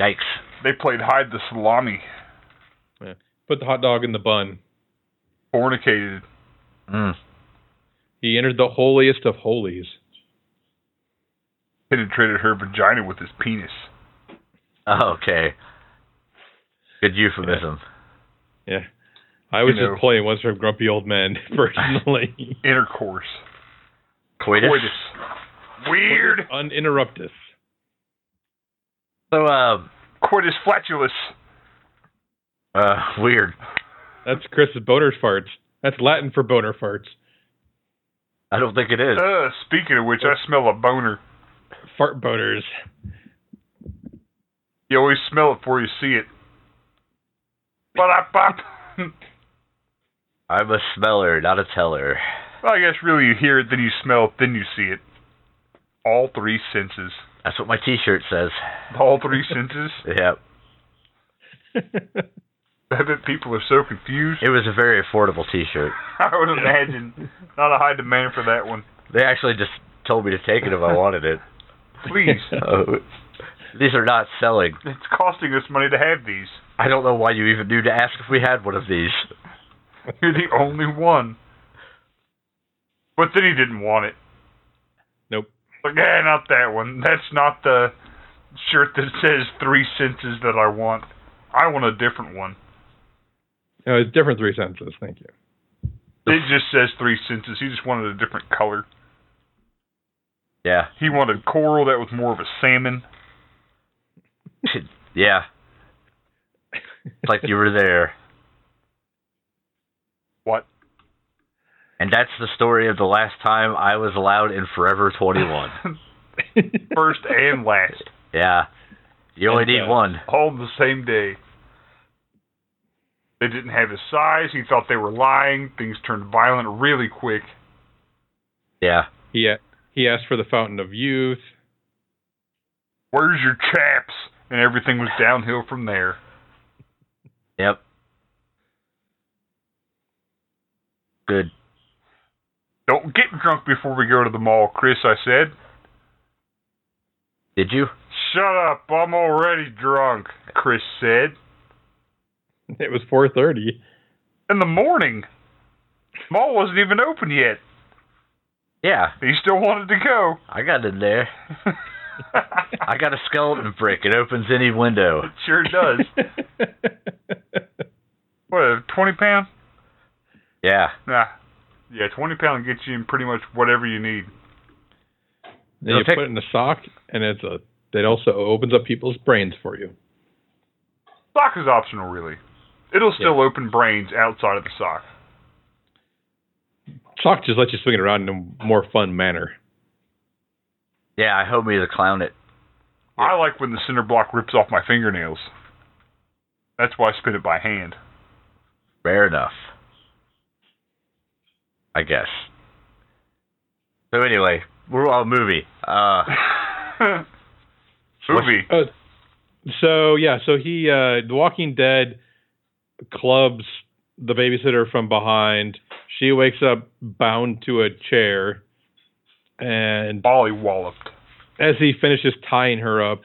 Speaker 1: yikes.
Speaker 2: They played hide the salami.
Speaker 3: Put the hot dog in the bun.
Speaker 2: Fornicated.
Speaker 1: Mm.
Speaker 3: He entered the holiest of holies.
Speaker 2: Penetrated her vagina with his penis.
Speaker 1: Oh, okay. Good euphemism.
Speaker 3: Yeah. I was
Speaker 2: You know.
Speaker 3: just playing ones from Grumpy Old Men personally.
Speaker 2: Intercourse.
Speaker 1: Coitus.
Speaker 2: Coitus. Weird.
Speaker 3: Uninterruptus.
Speaker 1: So uh,
Speaker 2: Coitus flatulus.
Speaker 1: uh, weird.
Speaker 3: That's Chris's boner farts. That's Latin for boner farts.
Speaker 1: I don't think it is.
Speaker 2: Uh, speaking of which, I smell a boner.
Speaker 3: Fart boners.
Speaker 2: You always smell it before you see it. Bop bop.
Speaker 1: I'm a smeller, not a teller.
Speaker 2: Well, I guess really you hear it, then you smell it, then you see it. All three senses.
Speaker 1: That's what my T-shirt says.
Speaker 2: All three senses.
Speaker 1: Yeah.
Speaker 2: I bet people are so confused.
Speaker 1: It was a very affordable T-shirt.
Speaker 2: I would imagine not a high demand for that one.
Speaker 1: They actually just told me to take it if I wanted it.
Speaker 2: Please,
Speaker 1: Oh, these are not selling.
Speaker 2: it's costing us money to have these.
Speaker 1: I don't know why you even knew to ask if we had one of these.
Speaker 2: You're the only one. But then he didn't want it.
Speaker 3: Nope.
Speaker 2: Like, eh, not that one. That's not the shirt that says three senses that I want. I want a different one.
Speaker 3: No, it's different three senses. Thank you.
Speaker 2: It just says three senses. He just wanted a different color.
Speaker 1: Yeah.
Speaker 2: He wanted coral that was more of a salmon.
Speaker 1: yeah. It's like you were there.
Speaker 2: What?
Speaker 1: And that's the story of the last time I was allowed in Forever 21.
Speaker 2: First and last.
Speaker 1: yeah. You only
Speaker 3: Okay.
Speaker 1: need one.
Speaker 2: All on the same day. They didn't have his size. He thought they were lying. Things turned violent really quick.
Speaker 1: Yeah.
Speaker 3: He a- he asked for the fountain of youth.
Speaker 2: Where's your chaps? And everything was downhill from there.
Speaker 1: Yep. Good.
Speaker 2: Don't get drunk before we go to the mall, Chris, I said.
Speaker 1: Did you?
Speaker 2: Shut up, I'm already drunk, Chris said.
Speaker 3: It was 4:30.
Speaker 2: In the morning. Mall wasn't even open yet.
Speaker 1: Yeah.
Speaker 2: He still wanted to go.
Speaker 1: I got in there. I got a skeleton brick. It opens any window.
Speaker 2: sure does. What, 20 pound?
Speaker 1: Yeah.
Speaker 2: Nah. Yeah, 20 pound gets you in pretty much whatever you need.
Speaker 3: then you
Speaker 1: It'll take-
Speaker 3: put it in a sock, and it's a. It also opens up people's brains for you.
Speaker 2: Sock is optional, really. It'll still open brains outside of the sock.
Speaker 3: Sock just lets you swing it around in a more fun manner.
Speaker 1: Yeah, I hope me the clown it.
Speaker 2: I like when the center block rips off my fingernails. That's why I spin it by hand.
Speaker 1: Fair enough. I guess. So anyway, we're all movie. Uh
Speaker 2: Movie.
Speaker 3: Oh, so yeah, so he, uh, The Walking Dead, clubs the babysitter from behind. She wakes up bound to a chair, and
Speaker 2: Bolly walloped.
Speaker 3: as he finishes tying her up,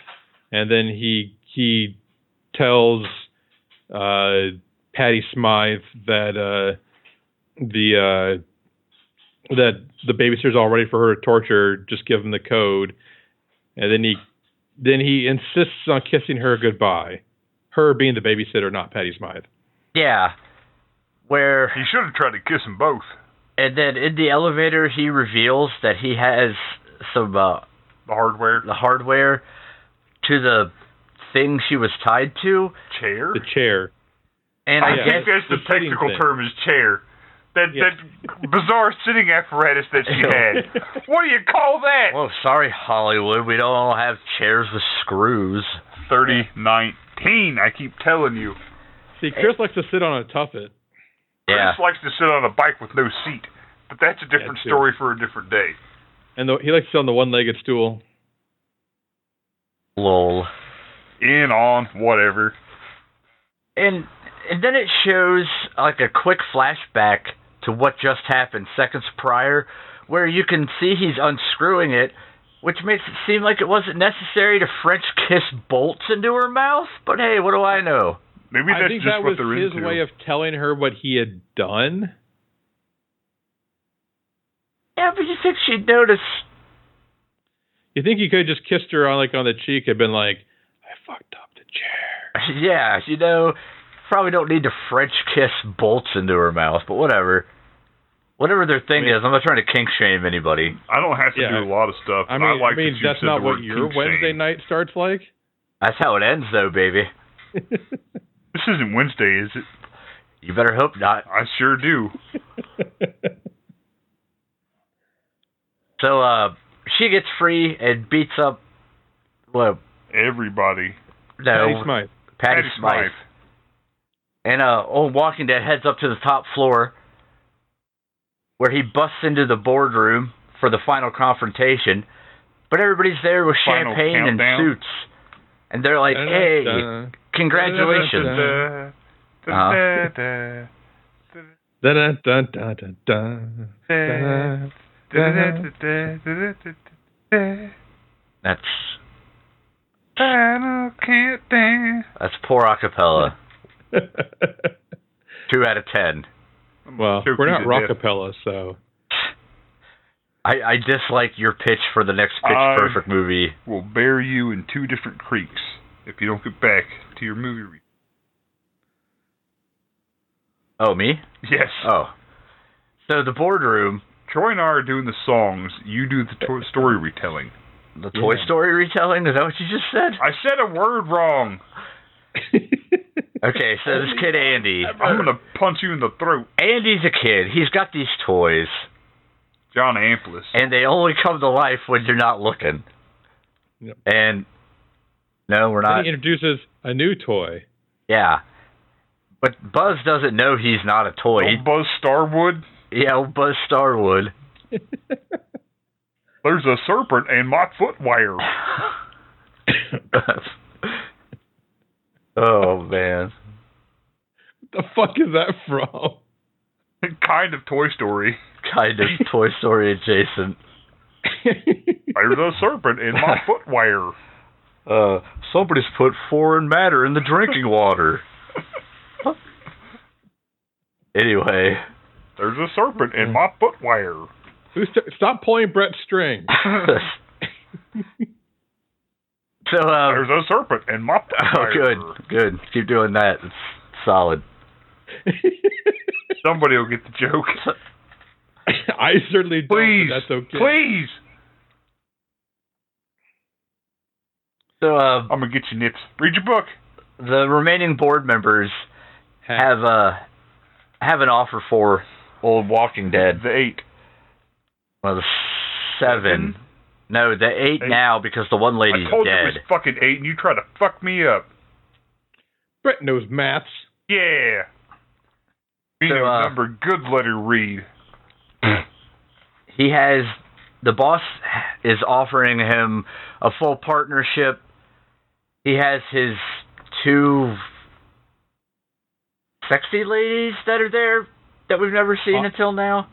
Speaker 3: and then he he tells uh, Patty Smythe that uh, the uh, that the babysitter's all ready for her to torture. Just give him the code, and then he then he insists on kissing her goodbye. Her being the babysitter, not Patty Smythe.
Speaker 1: yeah. Where
Speaker 2: He should have tried to kiss them both.
Speaker 1: and then in the elevator he reveals that he has some uh,
Speaker 2: The hardware
Speaker 1: the hardware to the thing she was tied to
Speaker 2: chair.
Speaker 3: The chair.
Speaker 1: and I
Speaker 3: Yeah.
Speaker 2: I
Speaker 1: guess
Speaker 2: think that's the
Speaker 3: the sitting
Speaker 2: technical
Speaker 3: thing.
Speaker 2: term is chair. That
Speaker 3: Yeah.
Speaker 2: that bizarre sitting apparatus that she had. What do you call that?
Speaker 1: Well, sorry Hollywood, we don't all have chairs with screws.
Speaker 2: Thirty nineteen. I keep telling you.
Speaker 3: See, Chris likes to sit on a tuffet.
Speaker 1: Yeah.
Speaker 2: Chris likes to sit on a bike with no seat, but that's a different
Speaker 3: That's it.
Speaker 2: story for a different day.
Speaker 3: And the, he likes to sit on the one-legged stool.
Speaker 1: Lol.
Speaker 2: In on whatever.
Speaker 1: and and then it shows like a quick flashback to what just happened seconds prior, where you can see he's unscrewing it, which makes it seem like it wasn't necessary to French kiss bolts into her mouth. But hey, what do I know?
Speaker 2: Maybe
Speaker 3: I
Speaker 2: that's
Speaker 3: think
Speaker 2: just
Speaker 3: that
Speaker 2: what
Speaker 3: was
Speaker 2: they're
Speaker 3: his
Speaker 2: into.
Speaker 3: way of telling her what he had done.
Speaker 1: Yeah, but you think she'd notice?
Speaker 3: You think he could have just kissed her on like on the cheek and been like, I fucked up the chair.
Speaker 1: Yeah, you know, probably don't need to French kiss bolts into her mouth. But whatever, whatever their thing
Speaker 3: I mean-
Speaker 1: is, I'm not trying to kink shame anybody.
Speaker 2: I don't have to
Speaker 3: Yeah.
Speaker 2: do a lot of stuff.
Speaker 3: I mean, I,
Speaker 2: like
Speaker 3: mean
Speaker 2: that you
Speaker 3: that's
Speaker 2: said
Speaker 3: not
Speaker 2: the
Speaker 3: what
Speaker 2: word
Speaker 3: your
Speaker 2: kink
Speaker 3: Wednesday
Speaker 2: shame.
Speaker 3: night starts like.
Speaker 1: That's how it ends, though, baby.
Speaker 2: This isn't Wednesday, is it?
Speaker 1: You better hope not.
Speaker 2: I sure do.
Speaker 1: So uh she gets free and beats up well
Speaker 2: Everybody.
Speaker 3: Patty
Speaker 1: no Patty,
Speaker 3: Smythe.
Speaker 2: Patty
Speaker 1: Smythe. And uh old Walking Dead heads up to the top floor where he busts into the boardroom for the final confrontation. But everybody's there with
Speaker 2: Final
Speaker 1: champagne
Speaker 2: countdown.
Speaker 1: and suits. And they're like, Hey,
Speaker 3: Dun,
Speaker 1: congratulations.
Speaker 2: Da-da-da-da-da.
Speaker 1: Uh-huh.
Speaker 2: Da-da-da.
Speaker 3: dun, dun, dun, dun, dun,
Speaker 2: Da-da-da-da.
Speaker 3: dun.
Speaker 2: Da-da-da-da-da-da-da.
Speaker 1: That's
Speaker 2: Final countdown.
Speaker 1: that's poor acapella. Two out of ten.
Speaker 3: well,
Speaker 2: Choke
Speaker 3: we're
Speaker 2: you
Speaker 3: not
Speaker 2: to death.
Speaker 3: rockapella, so
Speaker 1: I, I dislike your pitch for the next Pitch
Speaker 2: I-
Speaker 1: Perfect movie.
Speaker 2: will bury you in two different creeks if you don't get back to your movie. Re-
Speaker 1: Oh, me?
Speaker 2: yes.
Speaker 1: Oh. So the boardroom,
Speaker 2: Troy and I are doing the songs. You do the to- story retelling.
Speaker 1: the Toy Story retelling, is that what you just said?
Speaker 2: I said a word wrong.
Speaker 1: Okay, so this kid Andy.
Speaker 2: I'm gonna punch you in the throat,
Speaker 1: Andy's a kid. He's got these toys,
Speaker 2: John Amplis.
Speaker 1: and they only come to life when you're not looking.
Speaker 3: Yep.
Speaker 1: And no, we're
Speaker 3: then
Speaker 1: not.
Speaker 3: he introduces a new toy.
Speaker 1: Yeah. But Buzz doesn't know he's not a toy.
Speaker 2: Old Buzz Starwood.
Speaker 1: He- yeah, old Buzz Starwood.
Speaker 2: There's a serpent in my footwear.
Speaker 1: oh man.
Speaker 3: the fuck is that from?
Speaker 2: kind of Toy Story.
Speaker 1: Kind of Toy Story adjacent.
Speaker 2: There's a serpent in my footwear.
Speaker 1: Uh, somebody's put foreign matter in the drinking water. anyway.
Speaker 2: There's a serpent in my
Speaker 1: Oh.
Speaker 2: footwear.
Speaker 3: Who st- stop pulling Brett's string.
Speaker 1: So um,
Speaker 2: There's a serpent and my
Speaker 1: oh,
Speaker 2: fire.
Speaker 1: good, good. Keep doing that. It's solid.
Speaker 2: Somebody will get the joke.
Speaker 3: I certainly don't. but
Speaker 2: Please,
Speaker 3: that's okay.
Speaker 2: please.
Speaker 1: So uh,
Speaker 2: I'm gonna get you nips. Read your book.
Speaker 1: the remaining board members have uh have an offer for old Walking Dead.
Speaker 2: The eight.
Speaker 1: Well, the seven. No, the eight,
Speaker 2: Eight.
Speaker 1: now because the one lady's
Speaker 2: I told you it
Speaker 1: dead.
Speaker 2: was fucking eight, and you tried to fuck me up.
Speaker 3: Brett knows maths.
Speaker 2: Yeah. Being
Speaker 1: So, uh,
Speaker 2: a number, good letter read.
Speaker 1: he has the boss is offering him a full partnership. He has his two sexy ladies that are there that we've never seen
Speaker 3: Huh?
Speaker 1: until now.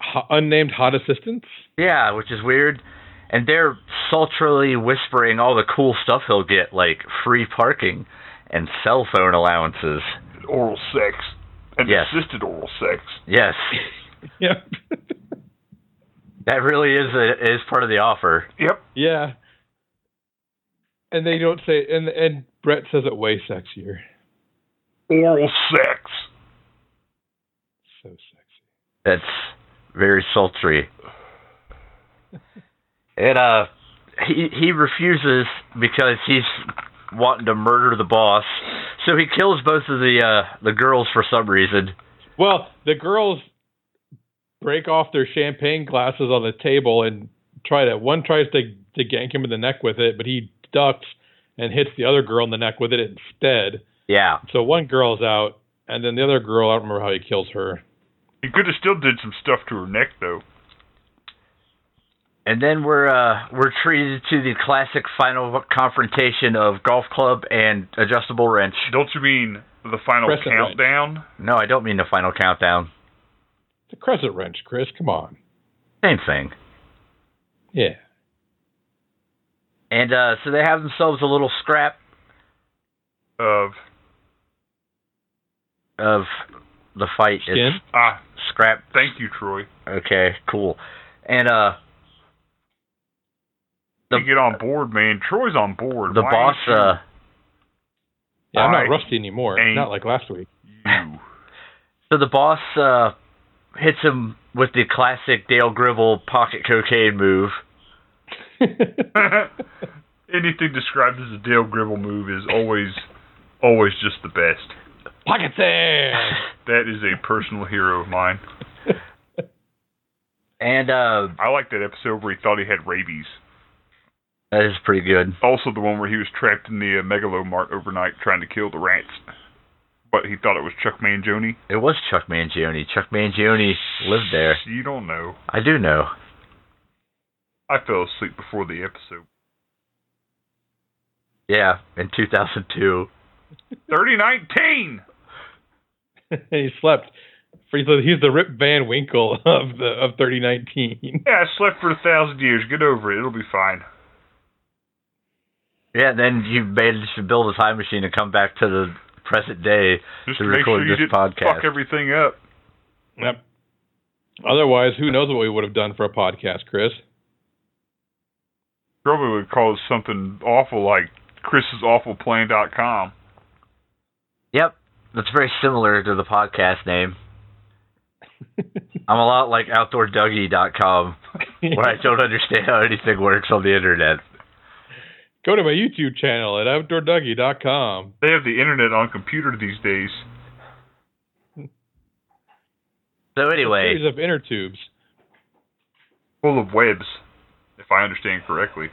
Speaker 3: Ho- unnamed hot assistants.
Speaker 1: Yeah, which is weird. And they're sultrily whispering all the cool stuff he'll get, like free parking and cell phone allowances.
Speaker 2: Oral sex. And
Speaker 1: Yes.
Speaker 2: assisted oral sex.
Speaker 1: Yes,
Speaker 3: Yep.
Speaker 1: that really is a, is part of the offer.
Speaker 2: Yep.
Speaker 3: yeah. And they don't say. And and Brett says it way sexier.
Speaker 2: Oral sex.
Speaker 3: So sexy.
Speaker 1: That's very sultry. And uh, he he refuses because he's wanting to murder the boss. So he kills both of the uh, the girls for some reason.
Speaker 3: Well, the girls break off their champagne glasses on the table and try to. One tries to to gank him in the neck with it, but he ducks and hits the other girl in the neck with it instead.
Speaker 1: Yeah,
Speaker 3: So one girl's out, and then the other girl. I don't remember how he kills her.
Speaker 2: He could have still did some stuff to her neck, though.
Speaker 1: and then we're uh, we're treated to the classic final confrontation of golf club and adjustable wrench.
Speaker 2: Don't you mean the final
Speaker 3: Press and wrench.
Speaker 2: countdown?
Speaker 1: No, I don't mean the final countdown.
Speaker 3: It's a crescent wrench, Chris. Come on.
Speaker 1: Same thing.
Speaker 3: Yeah.
Speaker 1: And uh, so they have themselves a little scrap
Speaker 2: Of
Speaker 1: of the fight.
Speaker 3: Skin?
Speaker 1: It's
Speaker 2: ah,
Speaker 1: scrap
Speaker 2: thank you, Troy.
Speaker 1: Okay, cool. And uh The-
Speaker 2: you get on board, man. Troy's on board.
Speaker 1: the
Speaker 2: Why
Speaker 1: boss
Speaker 2: ain't
Speaker 1: uh
Speaker 3: Yeah, I'm
Speaker 2: Alright.
Speaker 3: not rusty anymore.
Speaker 2: Ain't-
Speaker 3: Not like last week.
Speaker 2: you?
Speaker 1: so the boss uh hits him with the classic Dale Gribble pocket cocaine move.
Speaker 2: Anything described as a Dale Gribble move is always, always just the best.
Speaker 3: Pocket there.
Speaker 2: That is a personal hero of mine.
Speaker 1: And uh
Speaker 2: I like that episode where he thought he had rabies.
Speaker 1: that is pretty good.
Speaker 2: Also, the one where he was trapped in the uh, Megalomart overnight trying to kill the rats. But he thought it was Chuck Mangione.
Speaker 1: It was Chuck Mangione. Chuck Mangione lived there.
Speaker 2: You don't know.
Speaker 1: I do know.
Speaker 2: I fell asleep before the episode.
Speaker 1: Yeah, in 2002.
Speaker 2: 3019!
Speaker 3: and he slept. For he's the, he's the Rip Van Winkle of the of 3019.
Speaker 2: Yeah, I slept for a thousand years. Get over it. It'll be fine.
Speaker 1: Yeah, then you managed to build a time machine and come back to the present day.
Speaker 2: Just
Speaker 1: To
Speaker 2: to make sure
Speaker 1: record
Speaker 2: you
Speaker 1: this
Speaker 2: didn't
Speaker 1: podcast.
Speaker 2: fuck everything up.
Speaker 3: Yep. Otherwise, who knows what we would have done for a podcast, Chris?
Speaker 2: Probably would call it something awful like chrisisawfulplan.com.
Speaker 1: Yep. That's very similar to the podcast name. I'm a lot like outdoordougie.com. where I don't understand how anything works on the internet.
Speaker 3: Go to my YouTube channel at outdoordougie.com.
Speaker 2: They have the internet on computer these days.
Speaker 1: So anyway,
Speaker 3: Series of inner tubes.
Speaker 2: Full of webs, if I understand correctly.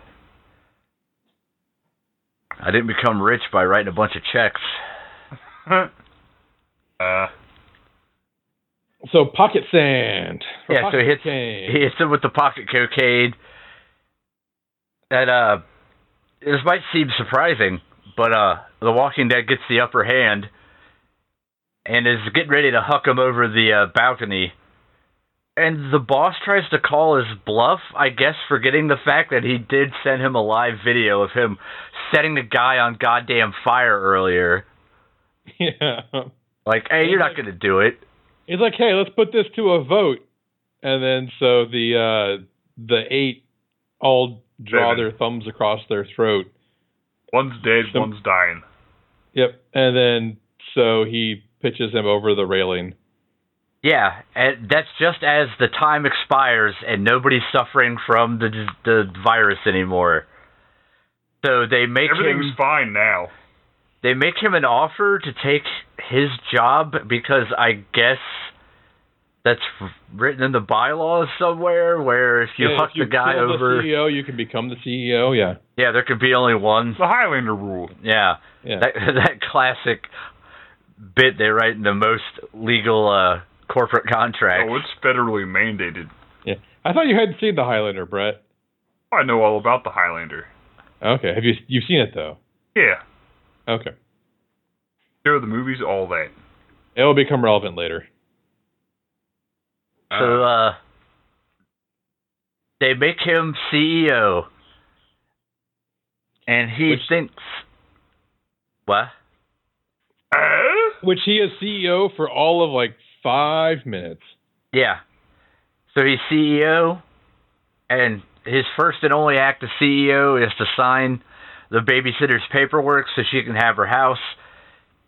Speaker 1: I didn't become rich by writing a bunch of checks.
Speaker 2: uh,
Speaker 3: So pocket sand. Or
Speaker 1: Yeah, so
Speaker 3: pocket
Speaker 1: he hits,
Speaker 3: sand.
Speaker 1: he hits him with the pocket cocaine. And uh, this might seem surprising, but uh, The Walking Dead gets the upper hand and is getting ready to huck him over the uh, balcony. And the boss tries to call his bluff, I guess, forgetting the fact that he did send him a live video of him setting the guy on goddamn fire earlier.
Speaker 3: yeah.
Speaker 1: Like, hey, you're not
Speaker 3: like-
Speaker 1: gonna do it.
Speaker 3: He's like, hey, let's put this to a vote. And then so the uh, the eight all draw
Speaker 2: Seven.
Speaker 3: their thumbs across their throat
Speaker 2: One's dead,
Speaker 3: Some-
Speaker 2: one's dying.
Speaker 3: Yep. And then so he pitches him over the railing.
Speaker 1: Yeah, and that's just as the time expires and nobody's suffering from the the virus anymore. So they make
Speaker 2: Everything's
Speaker 1: him
Speaker 2: fine now.
Speaker 1: they make him an offer to take his job because I guess that's written in the bylaws somewhere where if you
Speaker 3: Yeah,
Speaker 1: huck
Speaker 3: if you
Speaker 1: the guy
Speaker 3: kill
Speaker 1: over,
Speaker 3: The E CEO, you can become the CEO. Yeah.
Speaker 1: yeah, there could be only one.
Speaker 2: The Highlander rule.
Speaker 1: Yeah.
Speaker 3: Yeah.
Speaker 1: That that classic bit they write in the most legal uh, corporate contracts.
Speaker 2: Oh, it's federally mandated.
Speaker 3: yeah. I thought you hadn't seen the Highlander, Brett.
Speaker 2: I know all about the Highlander.
Speaker 3: Okay. Have you you've seen it though?
Speaker 2: Yeah.
Speaker 3: Okay.
Speaker 2: Show the movies, all that.
Speaker 3: It will become relevant later.
Speaker 1: So uh, they make him CEO, and he
Speaker 3: Which-
Speaker 1: thinks what?
Speaker 2: Eh?
Speaker 3: Which he is CEO for all of like five minutes.
Speaker 1: Yeah. So he's CEO, and his first and only act as CEO is to sign the babysitter's paperwork so she can have her house,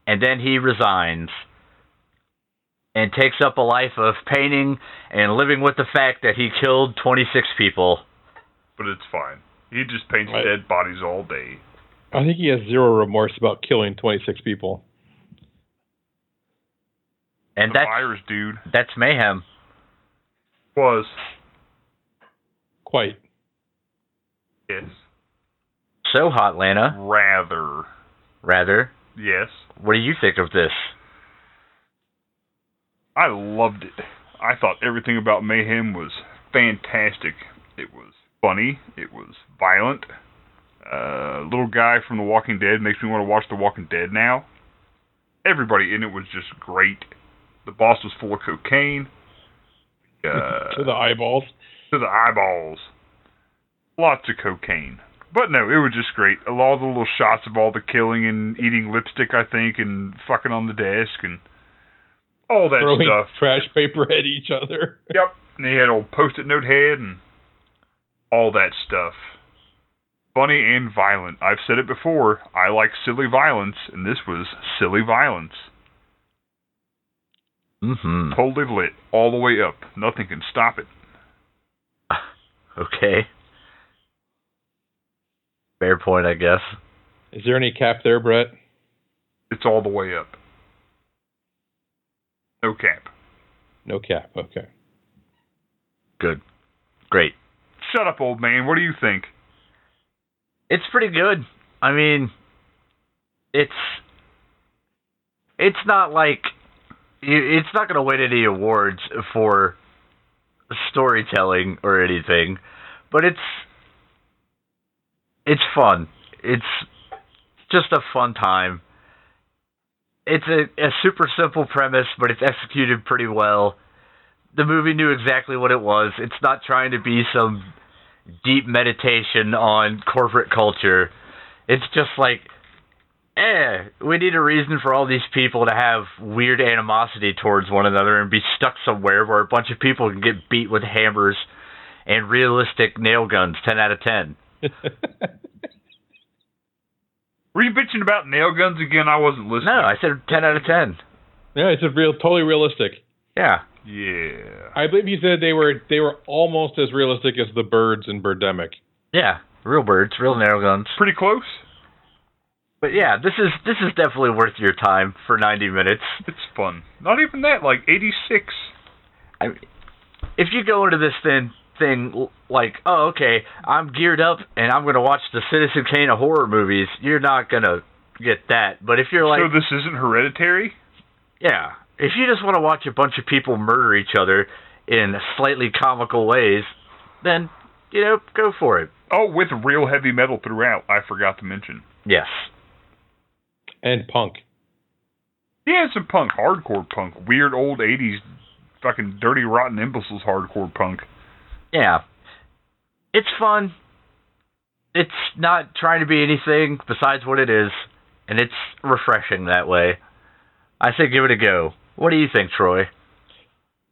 Speaker 1: and then he resigns and takes up a life of painting and living with the fact that he killed 26 people.
Speaker 2: but it's fine. He just paints
Speaker 3: Right.
Speaker 2: dead bodies all day.
Speaker 3: I think he has zero remorse about killing 26 people.
Speaker 1: And
Speaker 2: the
Speaker 1: that's
Speaker 2: virus dude
Speaker 1: that's mayhem.
Speaker 2: was
Speaker 3: Quite.
Speaker 2: yes,
Speaker 1: So hot, Lana.
Speaker 2: rather
Speaker 1: Rather,
Speaker 2: yes.
Speaker 1: what do you think of this?
Speaker 2: I loved it. I thought everything about Mayhem was fantastic. It was funny. It was violent. Uh, little guy from The Walking Dead makes me want to watch The Walking Dead now. Everybody in it was just great. The boss was full of cocaine. Uh,
Speaker 3: to the eyeballs.
Speaker 2: to the eyeballs. Lots of cocaine. But no, it was just great. A lot of the little shots of all the killing and eating lipstick, I think, and fucking on the desk and all that
Speaker 3: Throwing
Speaker 2: stuff.
Speaker 3: trash paper at each other.
Speaker 2: Yep. And he had old post it note head and all that stuff. Funny and violent. I've said it before. I like silly violence, and this was silly violence.
Speaker 1: Mm-hmm.
Speaker 2: Totally lit all the way up. Nothing can stop it.
Speaker 1: Okay. Fair point, I guess.
Speaker 3: Is there any cap there, Brett?
Speaker 2: It's all the way up. No cap.
Speaker 3: No cap. Okay.
Speaker 1: Good. Great.
Speaker 2: Shut up, old man. What do you think?
Speaker 1: It's pretty good. I mean, it's it's not like you- it's not going to win any awards for storytelling or anything, but it's it's fun. It's just a fun time. It's a, a super simple premise, but it's executed pretty well. The movie knew exactly what it was. It's not trying to be some deep meditation on corporate culture. It's just like, eh, we need a reason for all these people to have weird animosity towards one another and be stuck somewhere where a bunch of people can get beat with hammers and realistic nail guns, 10 out of 10.
Speaker 2: Were you bitching about nail guns again? I wasn't
Speaker 1: No,
Speaker 2: listening.
Speaker 1: I said 10 out of 10.
Speaker 3: yeah, it's a real, totally realistic.
Speaker 1: Yeah.
Speaker 2: Yeah.
Speaker 3: I believe you said they were they were almost as realistic as the birds in Birdemic.
Speaker 1: Yeah. Real birds, real nail guns.
Speaker 2: Pretty close.
Speaker 1: But yeah, this is this is definitely worth your time for 90 minutes.
Speaker 2: It's fun. Not even that, like 86.
Speaker 1: I if you go into this thing thing l- like, oh, okay, I'm geared up and I'm gonna watch the Citizen Kane of horror movies, you're not gonna get that. But if you're like,
Speaker 2: so this isn't hereditary?
Speaker 1: yeah, if you just want to watch a bunch of people murder each other in slightly comical ways, then you know, go for it.
Speaker 2: Oh, with real heavy metal throughout, I forgot to mention.
Speaker 1: Yes.
Speaker 3: And punk.
Speaker 2: Yeah, some punk, hardcore punk, weird old 80s fucking dirty, rotten imbeciles hardcore punk.
Speaker 1: Yeah. It's fun. It's not trying to be anything besides what it is, and it's refreshing that way. I say give it a go. What do you think, Troy?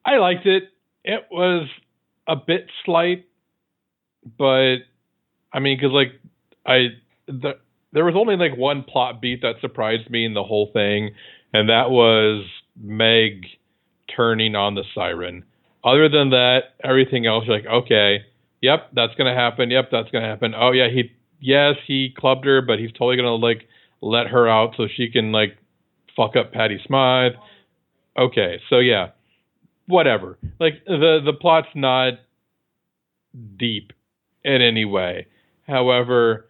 Speaker 3: I liked it. It was a bit slight, but I mean, because like I the there was only like one plot beat that surprised me in the whole thing, and that was Meg turning on the siren. Other than that, everything else, you're like, okay, yep, that's gonna happen. Yep, that's gonna happen. Oh yeah, he yes, he clubbed her, but he's totally gonna like let her out so she can like fuck up Patty Smythe. Okay, so yeah, whatever. Like the the plot's not deep in any way. However,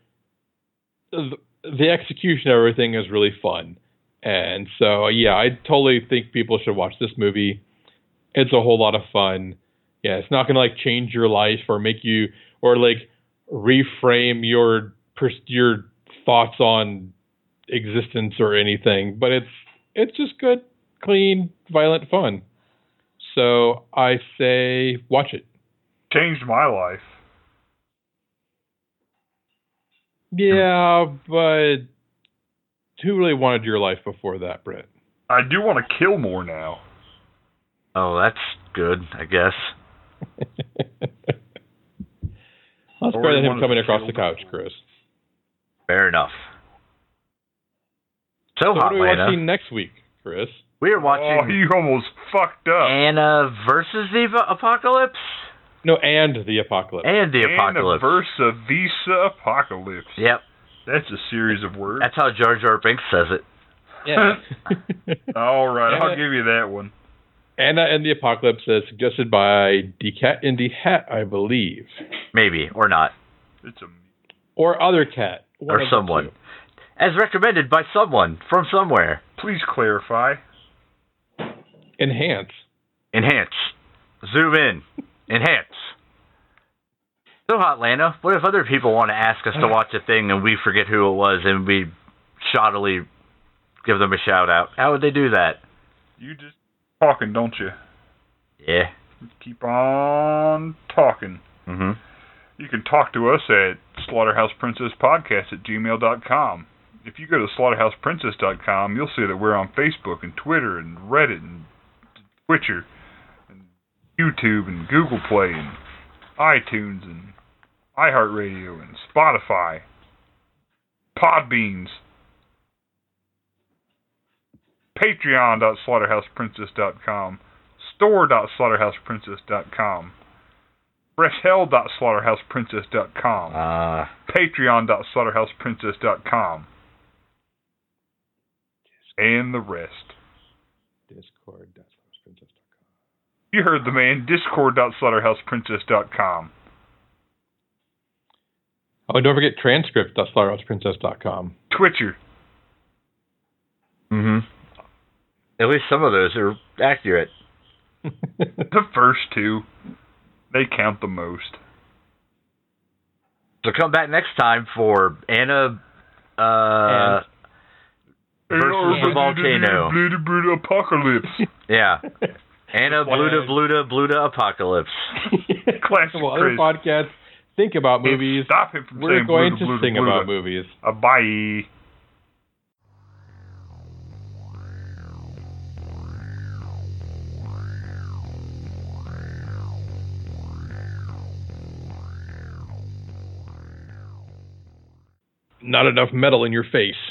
Speaker 3: the, the execution of everything is really fun. And so yeah, I totally think people should watch this movie. It's a whole lot of fun. Yeah, it's not going to like change your life or make you or like reframe your pers- your thoughts on existence or anything, but it's it's just good, clean, violent fun. So I say watch it.
Speaker 2: Changed my life.
Speaker 3: Yeah, but who really wanted your life before that, Brett?
Speaker 2: I do want to kill more now.
Speaker 1: Oh, that's good, I guess.
Speaker 3: That's
Speaker 2: Or
Speaker 3: better than
Speaker 2: you
Speaker 3: him
Speaker 2: wanted
Speaker 3: coming
Speaker 2: to
Speaker 3: across
Speaker 2: kill
Speaker 3: the couch, Chris.
Speaker 1: Fair enough. So,
Speaker 3: So what
Speaker 1: Hot
Speaker 3: are we
Speaker 1: Lana,
Speaker 3: watching next week, Chris?
Speaker 1: we are watching
Speaker 2: Oh, you almost fucked up.
Speaker 1: Anna versus the Eva- Apocalypse
Speaker 3: No, and the apocalypse.
Speaker 1: and the Apocalypse.
Speaker 2: Versa Visa Apocalypse.
Speaker 1: yep,
Speaker 2: That's a series of words.
Speaker 1: that's how Jar Jar Binks says it.
Speaker 3: yeah.
Speaker 2: All right,
Speaker 3: Yeah.
Speaker 2: I'll give you that one.
Speaker 3: Anna and the Apocalypse is suggested by D Cat in the Hat, I believe.
Speaker 1: Maybe or not,
Speaker 2: It's a
Speaker 3: Or other cat. one
Speaker 1: or
Speaker 3: of the
Speaker 1: someone,
Speaker 3: two.
Speaker 1: as recommended by someone from somewhere.
Speaker 2: please clarify.
Speaker 3: Enhance.
Speaker 1: Enhance, zoom in, enhance. So, Hot Lana, what if other people want to ask us to watch a thing and we forget who it was and we shoddily give them a shout out? How would they do that?
Speaker 2: You just talking, don't you?
Speaker 1: Yeah.
Speaker 2: Keep on talking.
Speaker 1: hmm
Speaker 2: You can talk to us at slaughterhouseprincesspodcast at gmail.com. If you go to slaughterhouseprincess.com, you'll see that we're on Facebook and Twitter and Reddit and Twitcher and YouTube and Google Play and iTunes and iHeartRadio and Spotify, Podbeans, Patreon.slaughterhouseprincess.com, Store.slaughterhouseprincess.com, FreshHell.slaughterhouseprincess.com
Speaker 1: Uh,
Speaker 2: patreon.slaughterhouseprincess.com and the rest.
Speaker 3: Discord. That's
Speaker 2: You heard the man, discord.slaughterhouseprincess.com.
Speaker 3: Oh, and don't forget transcript.slaughterhouseprincess.com.
Speaker 2: Twitcher,
Speaker 1: hmm At least some of those are accurate.
Speaker 2: the first two, they count the most.
Speaker 1: So come back next time for Anna uh,
Speaker 3: oh,
Speaker 1: versus the volcano.
Speaker 2: Apocalypse.
Speaker 1: Yeah, Anna Bluta Bluta Bluta Apocalypse.
Speaker 2: Classic
Speaker 3: well, other
Speaker 2: Chris.
Speaker 3: podcasts think about movies.
Speaker 2: Stop him from
Speaker 3: We're
Speaker 2: saying
Speaker 3: going
Speaker 2: bluda,
Speaker 3: to
Speaker 2: bluda,
Speaker 3: sing
Speaker 2: bluda.
Speaker 3: about movies.
Speaker 2: Uh, bye.
Speaker 3: Not enough metal in your face.